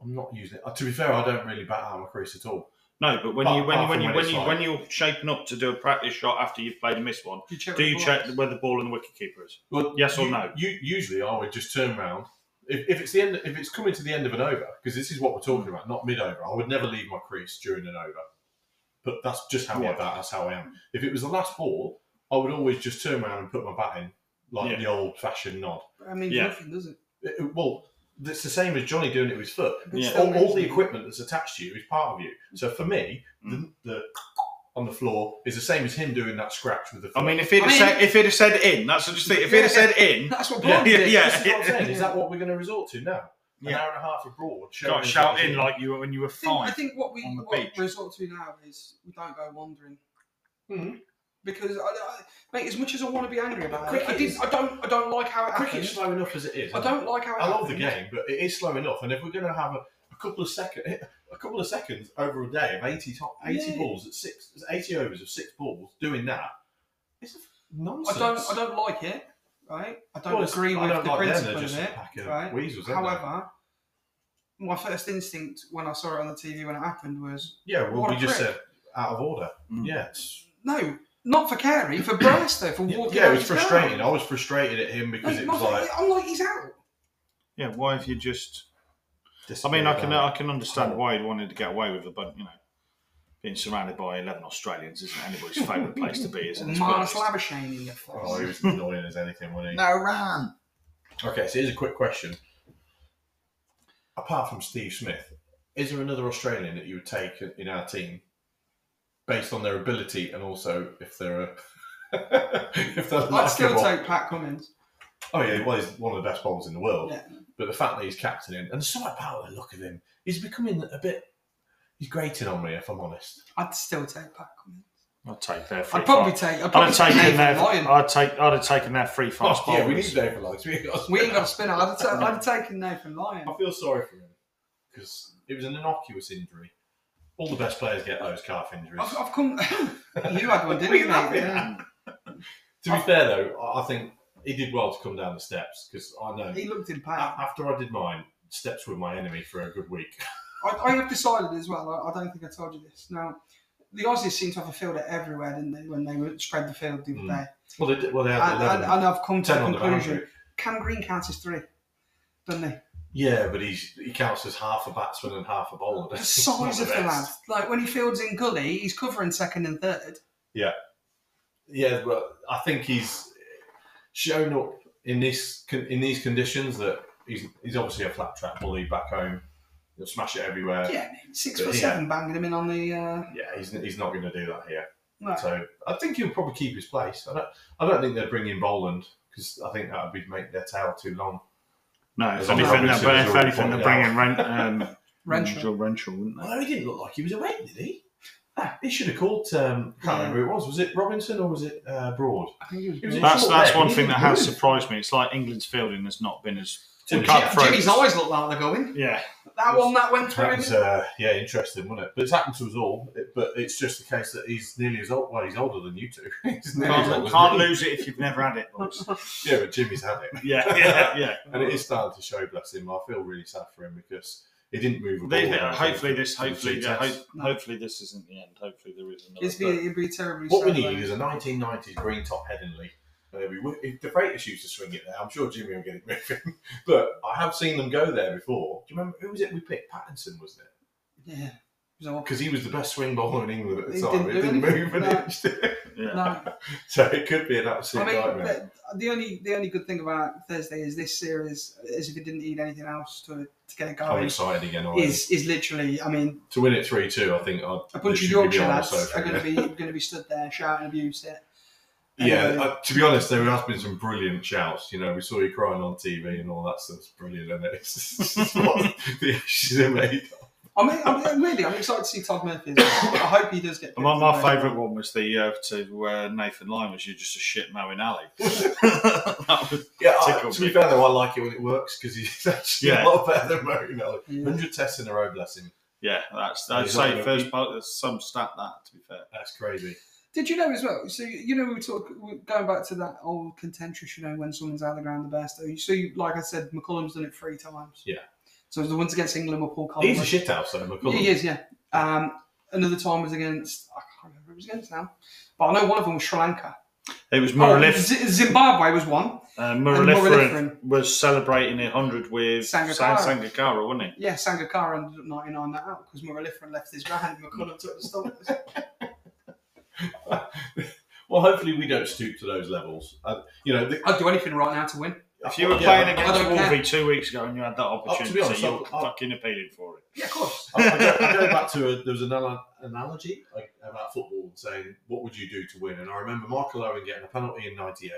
I'm not using it. Uh, To be fair, I don't really bat out my crease at all. No, but when Apart- you when you apart when from you when when it's you like- when you're shaping up to do a practice shot after you've played and missed one, You check do with you the check blocks. where the ball and the wicketkeeper is? Well, Yes or u- no? u- usually, I would just turn round if, if it's the end. If it's coming to the end of an over, because this is what we're talking about, not mid over. I would never leave my crease during an over. But that's just how I Yeah. bat. That's how I am. If it was the last ball, I would always just turn round and put my bat in like Yeah. the old fashioned nod. I mean, Yeah. nothing does it. It- it- well, it's the same as Johnny doing it with his foot. But Yeah. still All, all amazing. the equipment that's attached to you is part of you. So for me, Mm. the, the on the floor is the same as him doing that scratch with the. Foot. I mean, if he'd, I mean- have said, if he'd have said in, that's just it. If he'd have Yeah. said in, That's what Yeah, Broad did. yeah, This is what I'm saying. Is that what we're going to resort to now? An Yeah. hour and a half abroad. showing Got us shout what in it like you were when you were I think, I five. think what we on the what beach. we resort to now is we don't go wandering. Mhm. Because I, I, mate, as much as I want to be angry about it, I, Cricket is- didn't, I don't. I don't like how it is. Cricket's happens. slow enough as it is. I isn't it? don't like how it I love the game, happened. but it is slow enough. And if we're going to have a, a couple of second, a couple of seconds over a day of eighty top, eighty Yeah. balls at six, eighty overs of six balls, doing that, it's a f- nonsense. I don't. I don't like it. Right. I don't Well, it's- agree I with don't the like them, principle they're just of a it. pack of right? weasels, aren't they? However, my first instinct when I saw it on the TV when it happened was yeah, well, What a we just prick. said out of order. Mm. Yeah, it's, no, not for Carey, for Bryce though, for walking. yeah, it out was his door. frustrating. I was frustrated at him because Like, it was my- like. I'm like he's out. yeah, why have you just? I mean, I can I can understand why he wanted to get away with it, but you know, being surrounded by eleven Australians isn't anybody's favourite place to be, isn't it? Marnus Labuschagne in your face. Oh, he was annoying as anything, wasn't he? No ran. Okay, so here's a quick question. Apart from Steve Smith, is there another Australian that you would take in our team based on their ability and also if they're a if they're I'd still likeable? take Pat Cummins. Oh yeah, well he's one of the best bowlers in the world. Yeah. But the fact that he's captaining and so about the look of him, he's becoming a bit he's grating on me if I'm honest. I'd still take Pat Cummins. I'd take their. Free I'd probably five. take. I'd I'd probably have taken take their. Nathan Lyon. I'd take. I'd have taken their free fast Oh, yeah, we need bowlers. David Lights. We ain't got- We ain't got a spinner. I'd have, ta- I'd have taken Nathan Lyon. I feel sorry for him because it was an innocuous injury. All the best players get those calf injuries. I've, I've come. you had one, didn't We you? love mate? it. Yeah. To be fair though, I- I think he did well to come down the steps because I know He looked in a- pain. after I did mine, steps were my enemy for a good week. I, I have decided as well. I, I don't think I told you this. Now, the Aussies seem to have a fielder everywhere, didn't they? When they were spread the field the other Mm. day, Well, they did, well they had and, and, 11, and I've come to 10 the on the conclusion: boundary. Cam Green counts as three, doesn't he? Yeah, but he's he counts as half a batsman and half a bowler. The He's not size of the best. lad. Like when he fields in gully, he's covering second and third. Yeah, but I think he's shown up in this con- in these conditions that he's he's obviously a flat track bully back home. He'll smash it everywhere. Yeah, mate, six But foot yeah. seven, banging him in on the. Uh, Yeah, he's, he's not going to do that here. no. So I think he'll probably keep his place. I don't, I don't think they'd bring in Boland because I think that would be make their tail too long. No, if As long as anything, Robinson they're, is if already anything, they're pointed bringing rent. Um, Renshaw. Joe Renshaw, wouldn't they? Although he didn't look like he was awake, did he? Ah, he should have called. Um, I can't remember who it was. Was it Robinson or was it uh, Broad? I think he was. He was- Jimmy- That's short that's leg, one he thing that didn't has move. surprised me. It's like England's fielding has not been as Tim cutthroat. Jimmy's eyes looked like they're going. Yeah, That one that went through That him. was, uh, yeah, interesting, wasn't it? But it's happened to us all. It- but it's just the case that he's nearly as old. Well, he's older than you two. He's nearly as old can't, as can't me. lose it if you've never had it. boys. Yeah, but Jimmy's had it, Yeah, yeah, yeah. and it is starting to show. Bless him. I feel really sad for him because he didn't move. a They- ball they- down hopefully to the- this. to the Hopefully, two yeah, tests. ho- hopefully this isn't the end. Hopefully there is another. It'd be, but- it'd be terribly What we sad, need though. is a 1990s green top Headingley. Uh, we would- if the Freightus used to swing it there. I'm sure Jimmy will get it moving. but I have seen them go there before. Do you remember who was it we picked? Pattinson, wasn't it? Yeah. So, Because he was the best swing bowler in England at the He time. didn't it do didn't anything, move an no. inch. yeah. no. so it could be an I absolute mean, nightmare. the, the only the only good thing about Thursday is this series is if it didn't need anything else to, to get it I'm going. excited again. already. Is is literally, I mean, To win it 3 2, I think I'd a bunch of literally Yorkshire be on the lads sofa. are going to be going to be stood there shouting abuse. It. Yeah, Yeah. uh, to be honest, there has been some brilliant shouts. You know, we saw you crying on TV and all that stuff's brilliant, and it's it's just what the issues are made I mean, I'm, really, I'm excited to see Todd Murphy. as well. I hope he does get. picked My, my today. favourite one was the uh, to uh, Nathan Lyon was you're just a shit mowing alley. that was Yeah, I, Tickled to be me. fair though, I like it when it works because he's actually Yeah. a lot better than Marinelli. Yeah. Hundred tests in a row, bless him. yeah. That's Yeah, I'd he's say not- first part. That's some stat that to be fair. That's crazy. Did you know as well? So you know we were talking we- going back to that old contentious. You know when someone's out of the ground the best. So you, like I said, McCullum's done it three times. Yeah. So it was the ones against England were Paul Collins. He's a shit house though, McCullum. He is, Oh, yeah. Um, another time was against I can't remember who it was against now, but I know one of them was Sri Lanka. It was Oh, Muralif. Z- Zimbabwe was one. Uh, Muralitharan. Muralitharan was celebrating a hundred with Sangakkara. Sang- Sangakkara, wasn't he? Yeah, Sangakkara ended up 99 that out because Muralifran left his man and McCullum took the stump. Well, hopefully we don't stoop to those levels. Uh, you know, the, I'd do anything right now to win. If you were yeah, Oh, playing I against don't care. Wolvie two weeks ago and you had that to opportunity, be honest, you I'll- were I'll- fucking appealing for it. Yeah, of course. I, I go, I go back to a, there was an ana- analogy like, about football saying, "What would you do to win?" And I remember Michael Owen getting a penalty in '98.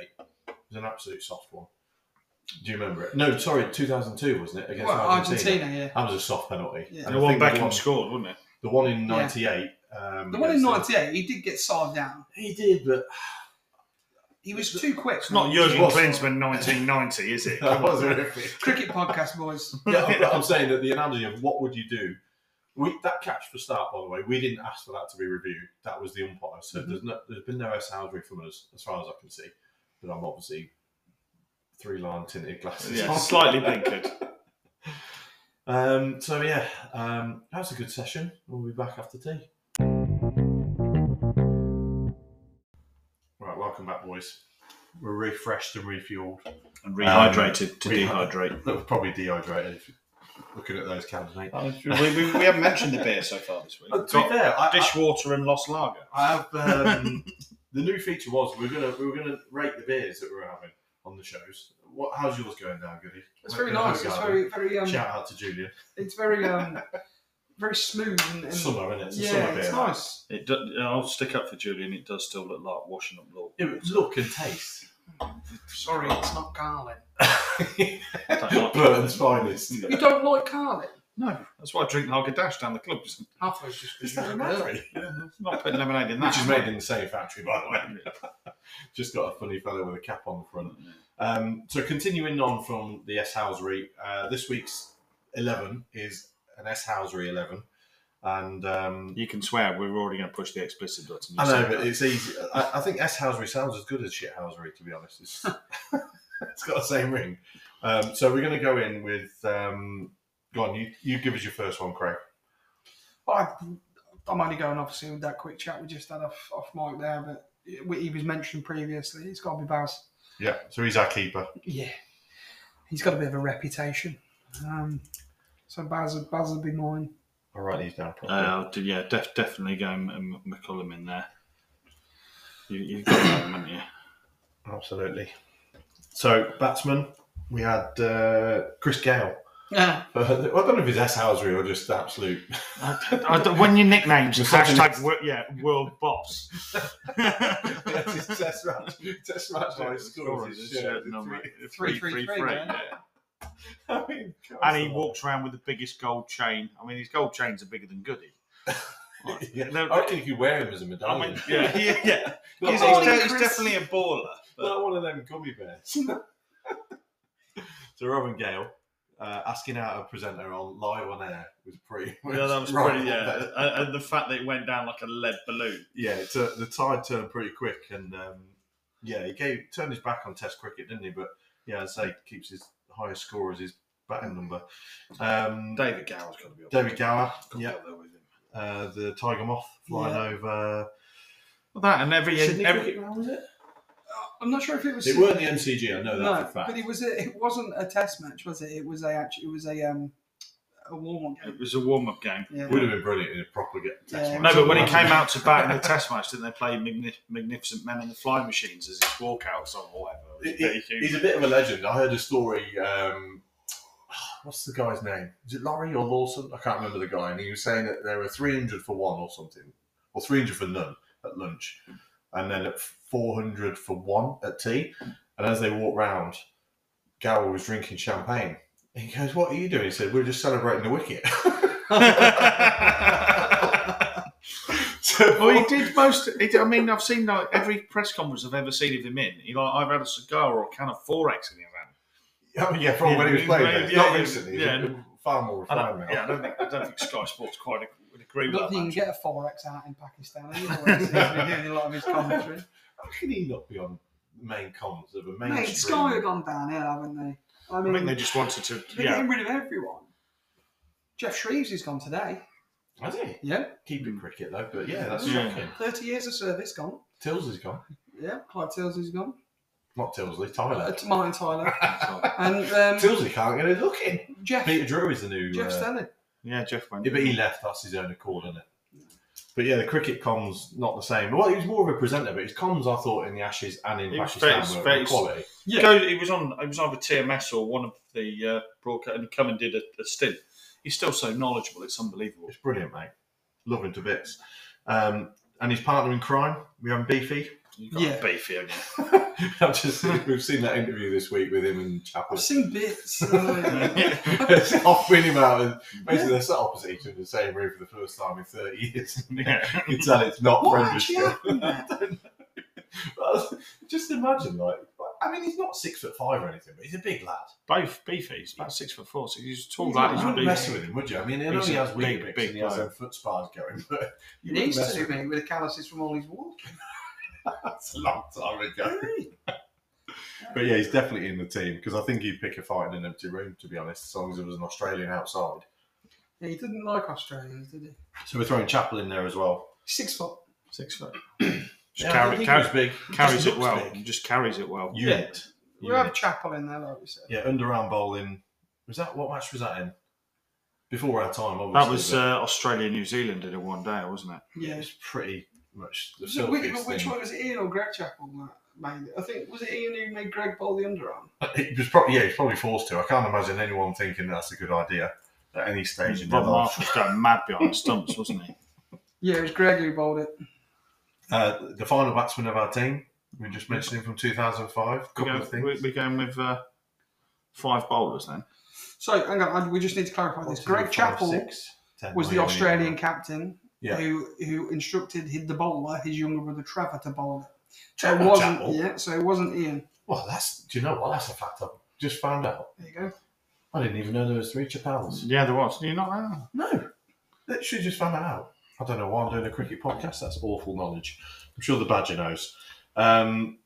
It was an absolute soft one. Do you remember it? No, sorry, 2002 wasn't it against Well, Argentina? Argentina, yeah. That was a soft penalty. Yeah. And the I one think Beckham the one, scored, wasn't it? the one in Yeah. '98. Um, The one in against '98, he did get sawed down. He did, but He was too quick. It's not Jurgen Jurgen was. Klinsmann 1990, is it? that was horrific. Cricket podcast boys. yeah, I'm, I'm saying that the analogy of what would you do? We, that catch for start, by the way, we didn't ask for that to be reviewed. That was the umpire. So Mm-hmm. there's no, there's been no S Housery from us, as far as I can see. But I'm obviously three line tinted glasses. yeah, on. slightly blinkered. Um, so yeah, um, that was a good session. We'll be back after tea. Right, welcome back, boys. We're refreshed and refueled. And rehydrated rehydrated to rehy- dehydrate. We're probably dehydrated. if- Looking at those cans, mate. Uh, we, we, we haven't mentioned the beer so far this week. Uh, We've to be got fair, I- I- dishwater and Lost Lager. I have um, the new feature was we were gonna we were gonna rate the beers that we are having on the shows. What how's yours going down, Goody? It's very In nice. It's Hogarth. very, very, um, Shout out to Julia. it's very, um, very smooth and, and It's summer, isn't it? It's a yeah, summer beer. it's nice. It do, I'll stick up for Julian. It does still look like washing up law. It was look and taste. Sorry, it's not Carlin. Burton's finest. You don't like Carlin? No, that's why I drink Lager Dash down the club. It's I thought it was just Is because that you a were there. Mary? not putting lemonade in that. Which is made in the same factory, by the way. Just got a funny fellow with a cap on the front. Um, so continuing on from the S Housery, uh, this week's eleven is an S Housery eleven, and um, You can swear we're already going to push the explicit button. I know, but it's easy. I, I think S Housery sounds as good as shit Housery, to be honest. It's, it's got the same ring. Um, so we're going to go in with. Um, go on, you, you give us your first one, Craig. I, I'm only going obviously with that quick chat we just had off off mic there, but it- he was mentioned previously. It's got to be Baz. Yeah, so he's our keeper. Yeah, he's got a bit of a reputation. Um, so Baz, would- Baz would be mine. I'll write these down. Properly. Uh, d- yeah, def- definitely going M- McCullum in there. You, you've got him, haven't you? Absolutely. So batsman, we had uh, Chris Gale. Yeah, I don't know if it's S Housery or just absolute. I, I, don't- Uh, when your nicknames Misogynist. hashtag wor- yeah world boss. That's his test match. Test match. like, he scored his shirt. Three, three, three, man. yeah. I mean, and he God. walks around with the biggest gold chain. I mean, his gold chains are bigger than Goody. Like, Yeah, they're- I reckon you could wear him as a I medallion. mean, yeah, yeah, yeah. Not He's, Oh, he's like- de- Chris. he's definitely a baller. But Not one of them gummy bears. so Robin Gale uh, asking out a presenter on live on air was pretty. yeah, that was right pretty. up Yeah, there. and, and the fact that it went down like a lead balloon. yeah. It tur- the tide turned pretty quick, and um, yeah, he gave turned his back on Test cricket, didn't he? But yeah, as I say, keeps his highest score as his batting number. Um, David Gower's got to be up. David Gower, Gotta be yeah, up there with him. uh, the Tiger Moth flying Yeah. over. Well, that and every Sydney every cricket ground was it? Uh, I'm not sure if it was. It weren't the MCG. I know that no, for a fact. but it was. A, it wasn't a test match, was it? It was a. actu- It was a um, a warm up game. it was a warm up game. Yeah. Would have been brilliant in a proper get test Yeah. match. No, but when he Otherwise- came out to bat in the Test match, didn't they play Magni- Magnificent Men in the Flying Machines as his walkout song or whatever? It was It- it- pretty huge. He's a bit of a legend. I heard a story. Um, what's the guy's name? Is it Laurie or Lawson? I can't remember the guy. And he was saying that there were 300 for one or something, or 300 for none at lunch, and then at 400 for one at tea. And as they walked round, Gower was drinking champagne. And he goes, What are you doing? He said, We're just celebrating the wicket. so, Well, he did most. He did, I mean, I've seen like every press conference I've ever seen of him in. He like either had a cigar or a can of Forex in his hand. Oh, yeah, from when he was playing. there. Not recently. Yeah, far more I refined don't, now. yeah, I don't think I don't think Sky Sports quite ag- would agree I with don't that. think you can man. get a forex out in Pakistan. either, He's been doing a lot of his commentary. How can he not be on main comms of a mainstream? Mate, Sky have gone down here, haven't they? I I mean, think they just wanted to. they're Yeah, getting rid of everyone. Jeff Shreves is gone today. Has he? Yeah, Keep it cricket though, but yeah, that's Hmm. Yeah. shocking. thirty years of service gone. Tills has gone. Yeah, Clyde Tilsley's gone. Not Tilsley, Uh, Tyler. to Martin Tyler So, and um, Tilsley can't get it looking. Jeff. Peter Drew is the new. Jeff Uh, Stanley. yeah, Jeff went. yeah, but he left. That's his own accord, isn't it? But yeah, the cricket comms not the same. Well, he was more of a presenter, but his comms I thought in the Ashes and in He was Pakistan very- were- very- were quality. Yeah. Go, it was on. It was either TMS or one of the uh, broadcast, and he come and did a, a stint. He's still so knowledgeable; it's unbelievable. It's brilliant, mate. Love him to bits. Um, and his partner in crime, we have Beefy. You've got Yeah. beefy, haven't you? I've just we've seen that interview this week with him and Chapel. I've seen bits. uh, it's off him out. And basically, they're sat opposite each other in the same room for the first time in thirty years. Yeah. you can tell it's not What friendly actually still. happened there? I don't know. Just imagine, like, I mean, he's not six foot five or anything, but he's a big lad. Both beefy. He's about six foot four, so he's tall. He's not like You he's that wouldn't beefy. mess with him, would you? I mean, I know He's he a has weak big, bits big and he has bloke. them foot spars going, but He needs wouldn't mess to, with mate, with the calluses from all his walking. that's a long time ago. But yeah, he's definitely in the team because I think he'd pick a fight in an empty room, to be honest, as long as there was an Australian outside. Yeah, he didn't like Australians, did he? So we're throwing Chapel in there as well. Six foot. Six foot. Just Yeah, I carry, think he carry, was big. He carries just it looks well. big. Just carries it well. Unit. We'll have Unit. Chapel in there, like we said. Yeah, underarm bowling. Was that what match was that in? Before our time, obviously. That was but uh, Australia, New Zealand in a one day, wasn't it? it Yeah. was pretty much the So which, filthiest which thing. one was it, Ian or Greg Chapel that made it? I think, was it Ian who made Greg bowl the underarm? It was probably yeah, he was probably forced to. I can't imagine anyone thinking that's a good idea at any stage in their Rob life. Marsh was going mad behind stumps, wasn't he? Yeah, it was Greg who bowled it. Uh, the final batsman of our team, we just mentioned him from 2005. We're couple going, of things. we're- we're going with uh, five bowlers then. So, hang on, I- we just need to clarify this. Greg Chapel was the Australian captain Yeah. who who instructed hid the bowler, his younger brother Trevor, to bowl it. So it Trevor wasn't Chapel? yeah, so it wasn't Ian. Well, that's do you know what? That's a fact I just found out. There you go. I didn't even know there was three Chapels. Yeah, there was. You're not there. No, literally just found that out. I don't know why I'm doing a cricket podcast. That's awful knowledge. I'm sure the badger knows. Um,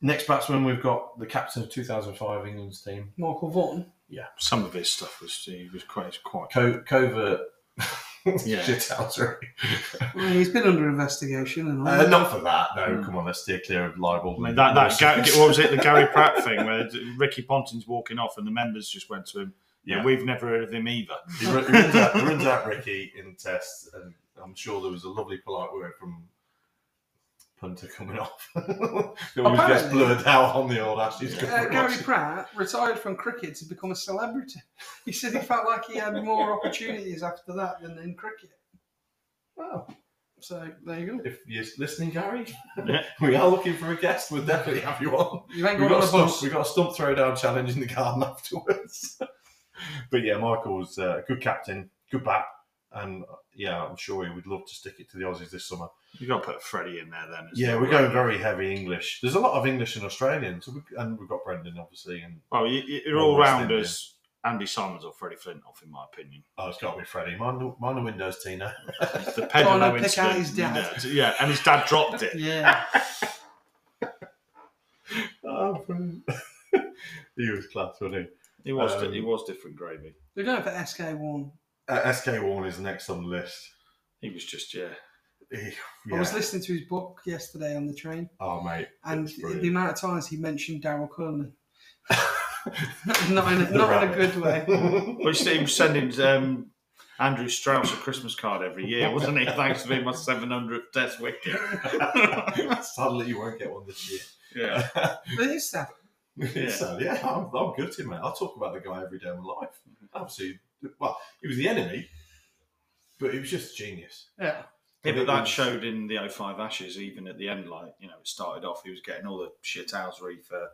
next batsman, we've got the captain of 2005 England's team, Michael Vaughan. Some of his stuff was he was quite quite. Co- covert. Yeah. Shit out, sorry. Well, he's been under investigation and all. Uh, not for that, no. Hmm. Come on, let's steer clear of libel. I mean, that that Ga- what was it? The Gary Pratt thing where Ricky Ponting's walking off and the members just went to him. Yeah, yeah. we've never heard of him either. He run- he runs, out, he runs out Ricky in tests, and I'm sure there was a lovely polite word from punter coming off. that was just Apparently. blurred out on the old Ashes. Uh, Gary Pratt retired from cricket to become a celebrity. He said he felt like he had more opportunities after that than in cricket. Wow. So there you go. If you're listening, Gary, Yeah. we are looking for a guest. We'll definitely have you on. You ain't We've got got, on the a stump, bus. we've got a stump throwdown challenge in the garden afterwards. but yeah, Michael was uh, a good captain, good bat, and uh, yeah, I'm sure he would love to stick it to the Aussies this summer. You got to put Freddie in there then. as Yeah, well. we're going very heavy English. There's a lot of English and Australians, so we- and we've got Brendan obviously, and Well, you, you- you're Well, all West rounders. Andy Simons or Freddie Flintoff, in my opinion. oh, it's got to be Freddie. Mind, mind the windows, Tina. The pedal Trying to pick out his dad. Yeah, yeah, and his dad dropped it. Yeah. Oh, brilliant. he was class, wasn't He was. di- Um, he was different gravy. We're going for SK1. he? Uh, SK Warren is next on the list. He was just yeah. He- I was yeah. listening to his book yesterday on the train, Oh, mate. and It's brilliant. the amount of times he mentioned Daryl Cullinan. not in a, The not in a rabbit. good way. Well, you see, he was sending um, Andrew Strauss a Christmas card every year, wasn't he? Thanks for being my 700th test wicket. Sadly, you won't get one this year. yeah. But it is sad. Yeah, so, yeah I'm, I'm gutted, mate. I talk about the guy every day of my life. Mm-hmm. Absolutely. Well, he was the enemy, but he was just genius. Yeah. yeah, but that showed in the 05 Ashes, even at the end, like, you know, it started off, he was getting all the shit housery for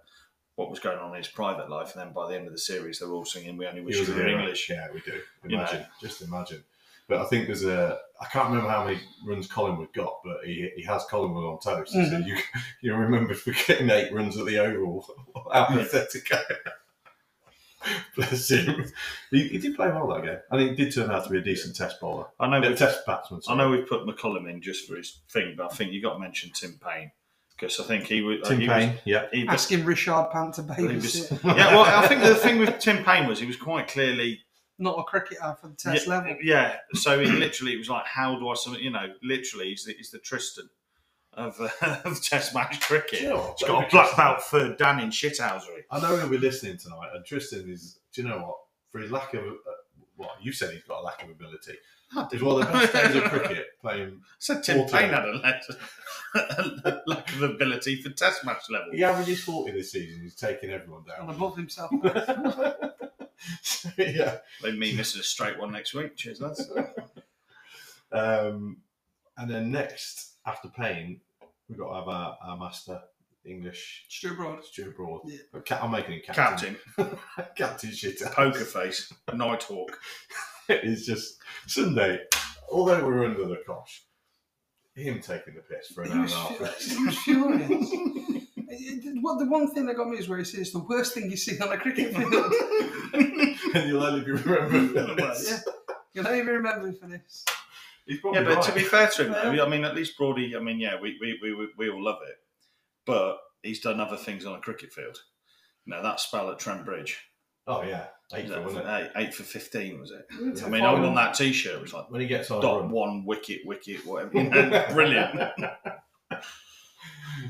what was going on in his private life. And then by the end of the series, they were all singing, We Only He Wish was You a Were hero. English. Yeah, we do. You know. Imagine, just imagine. But I think there's a. I can't remember how many runs Collingwood got, but he, he has Collingwood on toast. So Mm-hmm. Mhm. you you remember for getting eight runs at the overall. how pathetic. Bless him. He, he did play well that game, and he did turn out to be a decent test bowler, I know, a we've, test batsman. I sorry. know we've put McCollum in just for his thing, but I think you've got to mention Tim Payne because I think he was. Tim he Payne. Yeah, Was, he was- Asking Richard Pant to he was- babysit. yeah, well, I think the thing with Tim Payne was he was quite clearly Not a cricketer for the test yeah, level. Yeah. So it literally it was like, how do I, sum- you know, literally he's the, he's the Tristan of, uh, of Test match cricket. You know what? He's got a black belt third Dan in shithousery. I know he'll be listening tonight, and Tristan is. Do you know what? For his lack of uh, well, you said he's got a lack of ability. He's one of the best games of cricket playing. said Tim Water. Payne had a, le- a lack of ability for test match level. He averages 40 this season. He's taking everyone and down. above himself. so, yeah. They me missing a straight one next week. Cheers, lads. Um, and then next, after Payne, we've got to have our, our master English, Stuart Broad. Stuart Broad. Yeah. But Ca- I'm making him captain. Captain, Captain. captain shit. poker face, nighthawk. it's just Sunday. Although we were under the cosh, him taking the piss for an He hour and was, a half. fu- he was furious. It- it- What the one thing that got me is where he says it's the worst thing you see on a cricket field. and you'll only be remembered for this. yeah, you'll only be remembered for this. He's probably Yeah, but to right. be fair to him, though, I mean, at least Brody, I mean, yeah, we, we, we, we- we all love it, but he's done other things on a cricket field. Now, that spell at Trent Bridge, oh yeah, eight was for that wasn't it? eight, eight for 15, was it? It's I a mean, I final. won that t shirt. It was like, When he gets on a dot run. one, wicket, wicket, whatever. You know, Brilliant.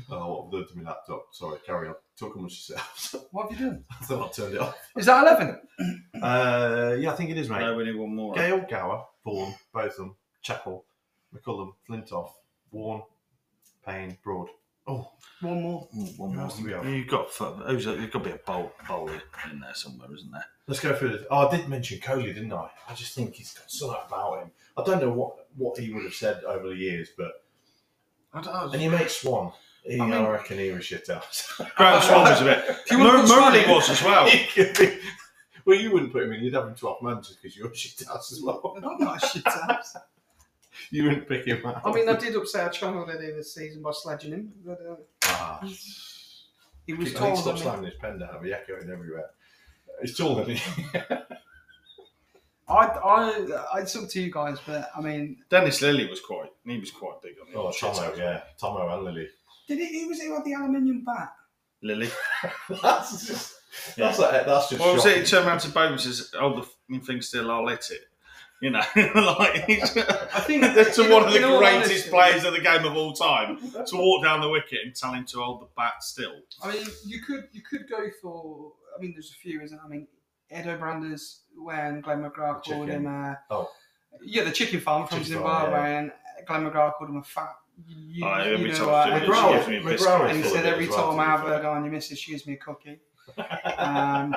oh, what I've done to my laptop. Sorry, carry on. Talk amongst yourselves. What have you done? I thought I turned it off. Is that eleven? Uh, yeah, I think it is, mate. No, we need one more. Gale, Gower, Vaughan, Botham, Chapel, McCullum, Flintoff, Vaughan, Payne, Broad. Oh, One more. One Who else do we have? You've got, who's that? There's got to be a bowl, bowl in there somewhere, isn't there? Let's go through this. Oh, I did mention Coley, didn't I? I just think he's got something about him. I don't know what, what he would have said over the years, but I don't and your mate Swan, he, I, I mean- reckon he was shit out. Graham Swan was a bit. If you want to put Swan in- was as well. He could be- well, you wouldn't put him in. You'd have him twelve months because you're shit out as well. I'm not a shit ass. You wouldn't pick him out. I mean, I did upset Sean already this season by sledging him. But, uh, ah, he I need was to taller stop than me. slamming his pen down. We're echoing everywhere. It's taller than he. I, I, I, it's up to you guys, but I mean, Dennis Lilly was quite. He was quite big on the Oh, old shit Tomo, house. yeah, Tomo and Lily. did he? He was he had the aluminium bat. Lilly. that's just that's like, that's just. What was it? He shocking. turned around to Bowman and says, "Oh, the fucking thing still. I'll let it." You know, like he's I think that's to in- one of the in all greatest honesty- players of the game of all time to walk down the wicket and tell him to hold the bat still. I mean, you could you could go for. I mean, there's a few, isn't? there? I mean, Ed O'Branders when Glenn McGrath The called chicken. him. Uh, Oh. yeah, the chicken farm from Chicken farm, Zimbabwe, and Glenn McGrath called him a fat. You, Oh, every you time know, I uh, do and it, it's Brown. just- gives me a McGraw- biscuit. McGraw and he is said full of it every as well, time to I be have fair. her on, your missus, she gives me a cookie. Um,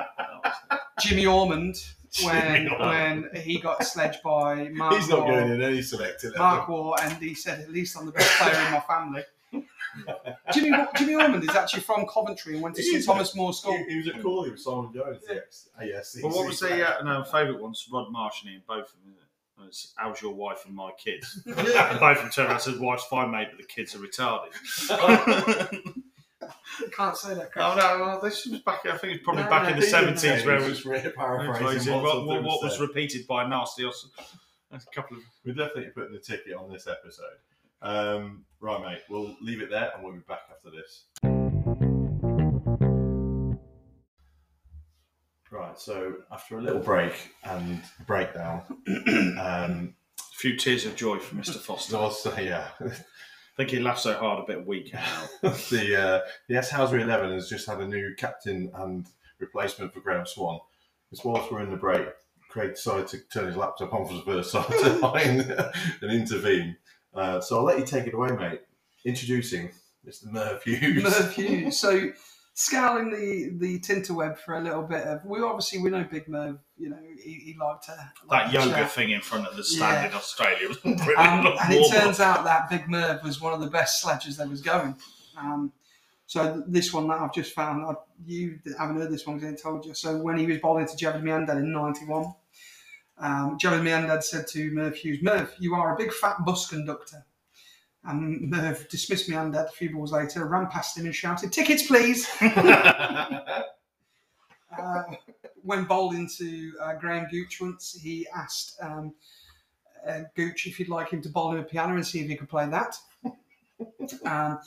Jimmy Ormond when Jimmy Ormond. when he got sledged by Mark. He's not Waugh- going in any selected. Mark War, and he said, "At least I'm the best player in my family." Jimmy Jimmy Ormond is actually from Coventry and went to He St is, Thomas More School. He, he was at Corley with Simon Jones. Yes. Ah, Yes. Well, what was the uh, no favourite ones? Rod Marsh and Ian Botham. Isn't it? And It's, How's your wife and my kids? And Botham turned around and said, "Wife's fine, mate, but the kids are retarded." uh, Can't say that. Oh Chris. no, well, this was back. I think it was probably No, back no, in the he didn't seventies where it was. paraphrasing what, what, what, something what was said. repeated by Nasty Austin. That's a couple of. We're definitely putting the ticket on this episode. Um, right, mate. We'll leave it there, and we'll be back after this. Right. So after a little break and breakdown, um, A few tears of joy for Mr. Foster. I I'll say yeah. think he laughed so hard a bit weak now. the uh, the S Housery Eleven has just had a new captain and replacement for Graham Swan. Because whilst we're in the break, Craig decided to turn his laptop on for the first time to find and intervene. Uh, so I'll let you take it away, mate. Introducing Mr. Merv Hughes. Merv Hughes. So scouring the the Tinterweb for a little bit of. We obviously we know Big Merv. You know he, he liked to That liked to yoga chat. thing in front of the stand Yeah. in Australia was brilliant. Um, and it Warm up. turns out that Big Merv was one of the best sledges there was going. Um, so this one that I've just found, I, you haven't heard this one because I ain't told you. So when he was bowling to Jared Meandad in '91, um, Jared Meandad said to Merv Hughes, "Merv, you are a big fat bus conductor." And Merv dismissed Meandad a few balls later, ran past him and shouted, "Tickets, please!" uh, when bowled into uh, Graham Gooch once, he asked um, uh, Gooch if he'd like him to bowl him a piano and see if he could play that. um,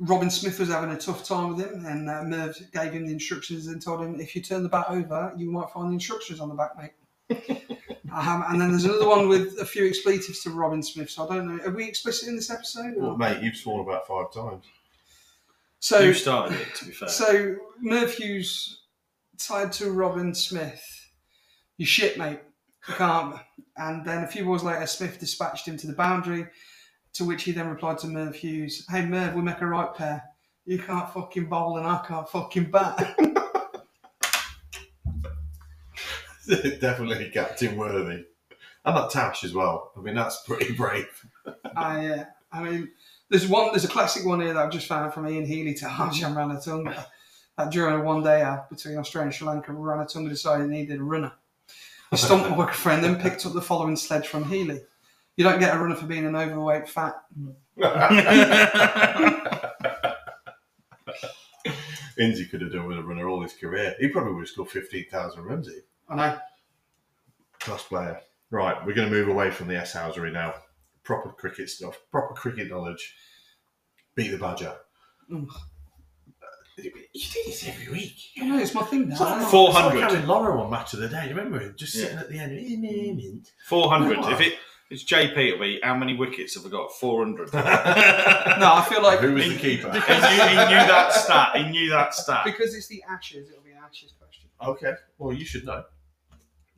Robin Smith was having a tough time with him, and uh, Merv gave him the instructions and told him if you turn the bat over, you might find the instructions on the back, mate. um, and then there's another one with a few expletives to Robin Smith. So I don't know. Are we explicit in this episode? or- Well, mate, you've sworn about five times. So Who started it? To be fair, So Merv Hughes tied to Robin Smith. You shit, mate. You can't. And then a few balls later, Smith dispatched him to the boundary, to which he then replied to Merv Hughes, Hey, Merv, we make a right pair. You can't fucking bowl and I can't fucking bat. Definitely captain worthy. And that Tash as well. I mean, that's pretty brave. I, uh, I mean, there's one, there's a classic one here that I've just found from Ian Healy to Arjan Ranatunga. That during a one day out between Australia and Sri Lanka, Ranatunga decided he needed a runner. He stumped my worker friend and picked up the following sledge from Healy. You don't get a runner for being an overweight fat. Indy could have done with a runner all his career. He probably would have scored 15,000 runs. He I know. class player. Right, we're going to move away from the S housery now. Proper cricket stuff, proper cricket knowledge. Beat the badger. Uh, Ugh. You do this every week. I know, it's my thing now. It's like, I know. four- it's like 400. having Laura on match of the day. You remember him just Yeah. sitting at the end? "Eh, meh, meh." Four hundred. Wow. If it it's JP, it'll be how many wickets have we got? Four hundred. he, No, I feel like Who was the keeper? knew- he knew that stat. He knew that stat. because it's the Ashes, it'll be an Ashes question. okay, well you should know.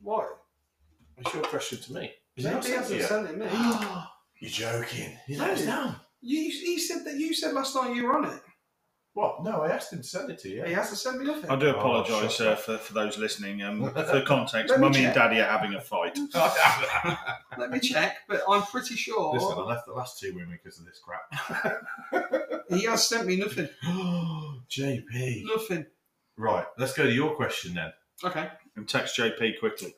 Why? It's your question to me. Is Maybe that he hasn't yeah. sent it me. You're joking. He's No. let us down. You, he said that you said last night you were on it. What? No, I asked him to send it to you. He hasn't sent me nothing. I do Oh, apologise shut uh, for, for those listening. Um, for context, Let me mummy and check. daddy are having a fight. Let me check, but I'm pretty sure Listen, I left the last two women because of this crap. he has sent me nothing. JP. Nothing. Right, let's go to your question then. Okay. And text JP quickly.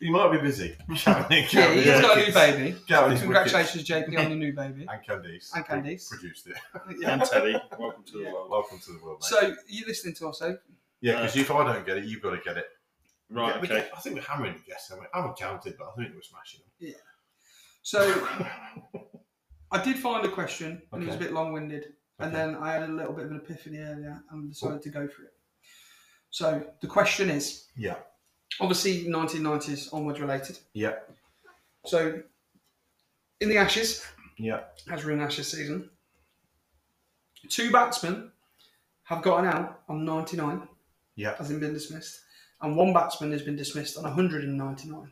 you might be busy. Yeah, he's got a new Wickets. baby. Gavin is Congratulations, JP, on the new baby. wickets. And Candice. And Candice. Who Produced it. Yeah. And Teddy, welcome to the Yeah. world. Welcome to the world, mate. So you're listening to us, eh? yeah, because if I don't get it, you've got to get it. uh, Right. We- we- Okay. I think we're hammering it yesterday. I haven't counted, but I think we're smashing them. So I did find a question, and it was a Okay. bit long-winded, Okay. and then I had a little bit of an epiphany earlier and decided to go for it. So the question is, Yeah. obviously 1990s onwards related. Yeah. So in the Ashes, Yeah. as we're in Ashes season, two batsmen have gotten out on 99, Yeah. as in been dismissed, and one batsman has been dismissed on 199.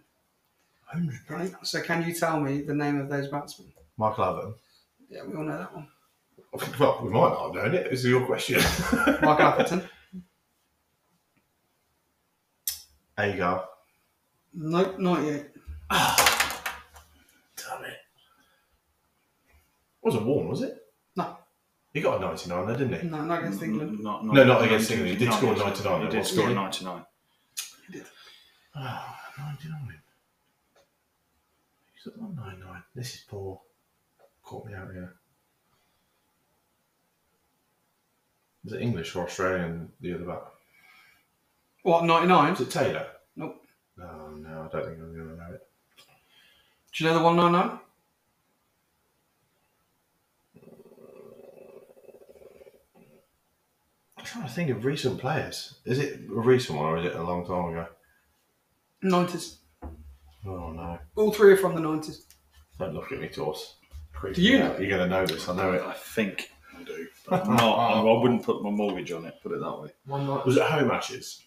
100. Right. So can you tell me the name of those batsmen? Michael Allen. Yeah, we all know that one. Well, we might not have known it. This is your question. Mark Atherton. Agar. Nope, 98. Damn it. Wasn't warm, was it? No. Mm. He got a 99 there, didn't he? No, not against England. Not, No, not against England. He did score against- 99, He it did was. score Yeah. 99. Oh, 99. He's at 199. This is poor. Caught me out here. Is it English or Australian, the other back? What, 99? Is it Taylor? Nope. No, no, I don't think I'm going to know it. Do you know the 199? I'm trying to think of recent players. Is it a recent one or is it a long time ago? 90s. Oh, no. All three are from the 90s. Don't look at me, Torse. Do you know? You're going to know this. I know it. I think I do. But I'm not, I'm- I wouldn't put my mortgage on it, put it that way. One night. Was it home matches?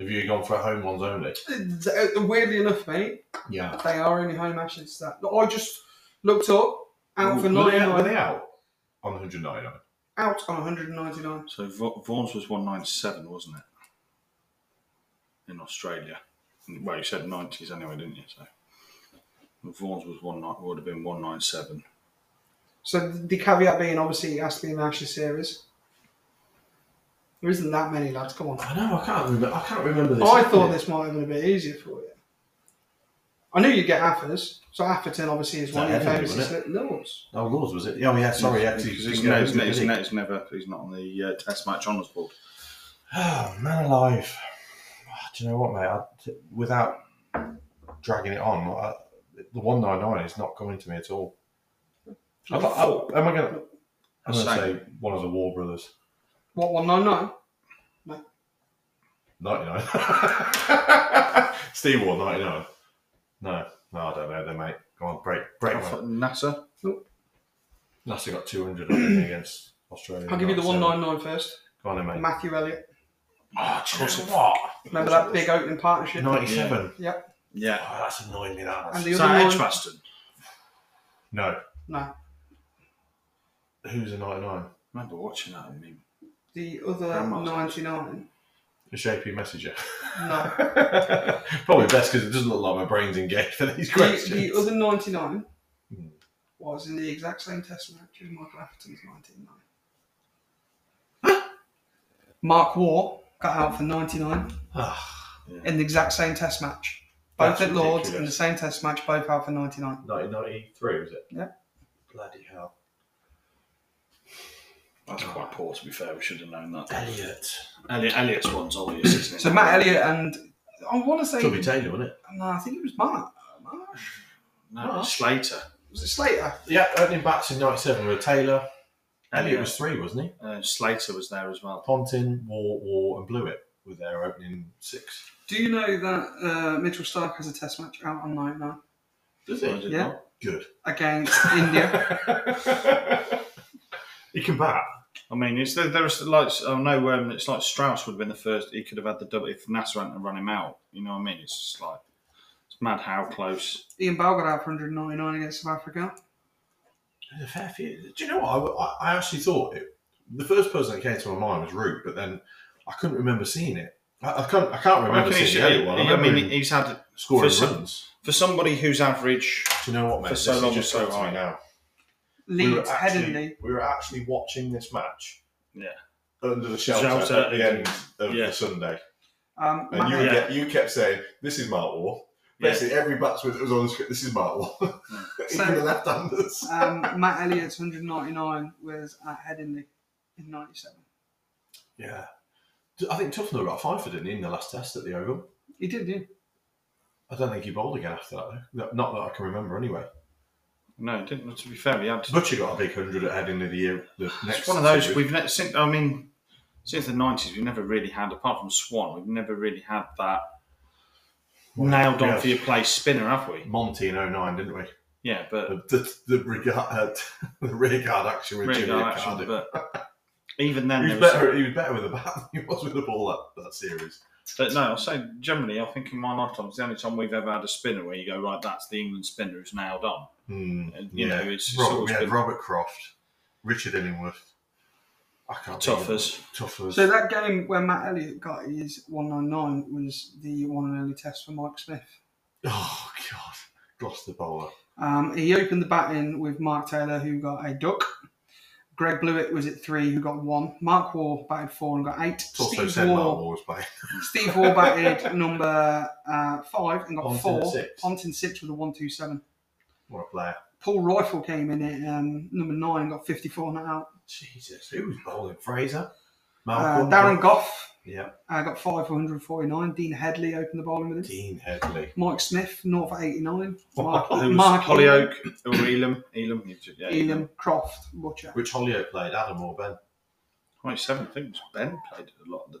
Have you gone for home ones only? Uh, Weirdly enough, mate, Yeah. they are only home ashes. That I just looked up, out for Were they- 99, Were they out on 199? out on 199. So Va- Vaughan's was 197, wasn't it? In Australia. Well, you said 90s anyway, didn't you? So Vaughan's was one nine would have been 197. So the caveat being, obviously, it has to be an ashes series. There isn't that many, lads. Come on. I know. I can't remember. I can't remember this. Oh, I thought this might have been a bit easier for you. I knew you'd get Affers, so Atherton obviously is It's one not of your Everton, famous wasn't Lords. Oh, Laws was it? Oh, yeah. Sorry, yeah. 'cause he because he's, was no, going he's, to- no- he's, no- he's never he's not on the uh, Test match honours board. Oh, man alive. Ah, Do you know what, mate? I, t- without dragging it on, I, the 199 is not coming to me at all. I, I, am I going to? I'm going to Same. say one of the War Brothers. What one nine nine? 99. Steve War, 99. No, no, I don't know then, mate. Go on, break, break. I one. thought NASA. Nasa got 200 I think, against Australia. I'll give you the one 97. nine nine first. Go on, then, mate. Matthew Elliott. Oh, do you know what? Remember that big opening partnership? 97. Yeah. Oh, that's annoying me, that. And has. the Is other that one? Edgbaston? No. No, Who's a 99? I remember watching that. I mean, the other Grandma's. 99. A JP Messenger. No, Probably best because it doesn't look like my brain's engaged for these the, questions. the other 99 Hmm. was in the exact same test match as Michael Atherton's 99. Mark War got out for 99 Ah, in the exact same test match. Both That's at Lords in the ridiculous. same test match, both out for 99. 1993, was it? Yeah. Bloody hell. that's quite poor, to be fair. We should have known that. Elliot. Elliot, Elliot's one's obvious, isn't it? So Matt Elliott and I want to say, Should be Taylor, wasn't it? no, I think it was Mark. Marsh? No, it's Slater. Was it Slater? Yeah, opening bats in 97 were Taylor. Elliot Elliot. was three, wasn't he? Uh, Slater was there as well. Pontin, War, War, and Blewett were their opening six. Do you know that uh, Mitchell Stark has a test match out on 99 Does Or did it? Yeah. not? Good. against India? he can bat. I mean, is there, there's like I know um, it's like Strauss would have been the first. He could have had the double if Nasser hadn't have run him out. You know what I mean? It's just like it's mad how close. Ian Bell got out for 199 against South Africa. There's a fair few. Do you know what? I, I actually thought it, the first person that came to my mind was Root, but then I couldn't remember seeing it. I, I can't. I can't I, remember reckon he's- seeing the Elliot one. I, I remember mean, him he's had scoring for some- runs. for somebody who's average. Do you know what, mate? for so this long is just was so coming to me high. now. We were, Leeds, Headingley. actually, we were actually watching this match. Yeah. Under the shelter Shelter. at the end of Yeah. the Sunday, Um, and you Matt- Yeah. get, you kept saying, "This is Mark War." Basically, every batsman that was on the script, "This is Mark War." Hmm. Even the left-handers. um, Matt Elliott's 199 was at Headingley in 97. Yeah. I think Tufnell got a five for didn't he in the last test at the Oval. He did, yeah. I don't think he bowled again after that. though. No- Not that I can remember, anyway. No, it didn't. To be fair, he had. Butcher got a big hundred at heading of the year. The next It's one of those season. we've ne- since. I mean, since the nineties, we've never really had, apart from Swan, we've never really had that nailed on Yeah. for your place spinner, have we? Monty in 09, didn't we? Yeah, but The the, the, regard, uh, the rear guard action with really Jimmy no at action, Cardiff. But even then, He was there was better. He was better with the bat than he was with the ball that, that series. But no, I'll say generally, I think in my lifetime, it's the only time we've ever had a spinner where you go, right, that's the England spinner who's nailed on. Hmm. And, you Yeah. know, it's, it's Robert, we always had been Robert Croft, Richard Illingworth. I can't think of- toughers. Toughers. So that game where Matt Elliott got his 199 was the one and only test for Mike Smith. oh God, Gloucester bowler. Um, he opened the batting with Mark Taylor, who got a duck. Greg Blewett was at three, who got one. Mark War batted four and got eight. It's also said War- Mark Wall was playing. Steve War batted number uh, five and got Ponting four. at six. Ponting six with a one two seven. What a player. Paul Rifle came in at um, number nine and got fifty four not out. Jesus, who was bowling? Fraser, Uh, Darren Goff yeah, uh, got five for one hundred forty nine. Dean Headley opened the bowling with him. Dean Headley. Mike Smith north for eighty nine. Mark, There was Mark Hollyoak or Elam. Elam, you ju- yeah. Elam Croft Butcher. Which Hollyoak played, Adam or Ben? 27, I think it was Ben played a lot. Of the,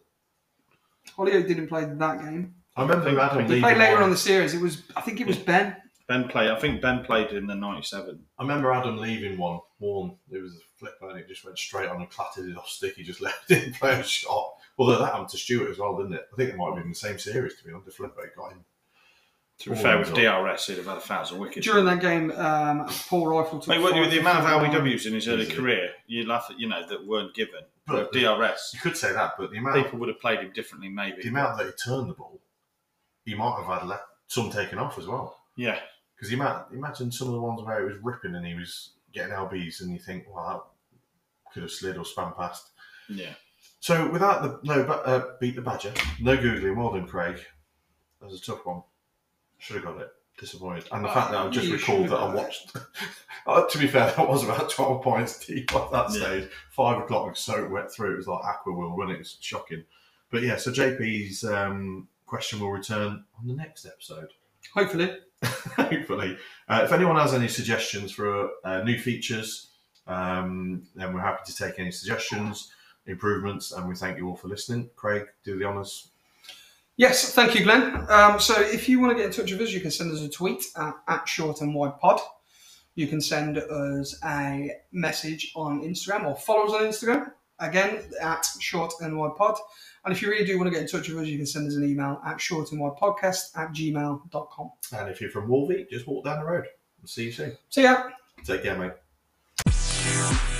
Hollyoak didn't play that game. I remember Adam He leading played later one. on the series. It was I think it was Ben. ben played, I think Ben played in the 97. I remember Adam leaving one. One, it was a flip and it just went straight on and clattered it off stick. He just left it and played a shot. Although that happened to Stewart as well, didn't it? I think it might have been the same series to be honest. The flip got him. To be Oh, fair, with God. DRS, he'd have had a thousand wickets. During that game, um, Paul Rifle took. Mate, what, five with the for amount of 49. LBWs in his early Easily. career, you laugh at, you know, that weren't given. But But DRS, You could say that, but the amount, people would have played him differently, maybe. the amount that he turned the ball, he might have had le- some taken off as well. Yeah. Because you ima- imagine some of the ones where it was ripping and he was getting LBs, and you think, well, that could have slid or spun past. Yeah. So without the no, but uh, beat the badger, no googling. Well done, Craig. That was a tough one. Should have got it. Disappointed, and the Uh, fact that I've just you recalled should've that I got it. watched. Uh, to be fair, that was about twelve points deep at that Yeah. stage. Five o'clock was so wet through; it was like aqua will run. It was shocking. But yeah, so JP's um, question will return on the next episode Hopefully. hopefully. Uh, if anyone has any suggestions for uh, new features, um, then we're happy to take any suggestions, improvements, and we thank you all for listening. Craig, do the honours. Yes, thank you, Glenn. Um, so if you want to get in touch with us, you can send us a tweet at, at Short and Wide Pod. You can send us a message on Instagram or follow us on Instagram. again at Short and Wide Pod. And if you really do want to get in touch with us, you can send us an email at shortandwidepodcast at gmail.com. And if you're from Wolvie, just walk down the road. We'll see you soon. See ya. Take care, mate.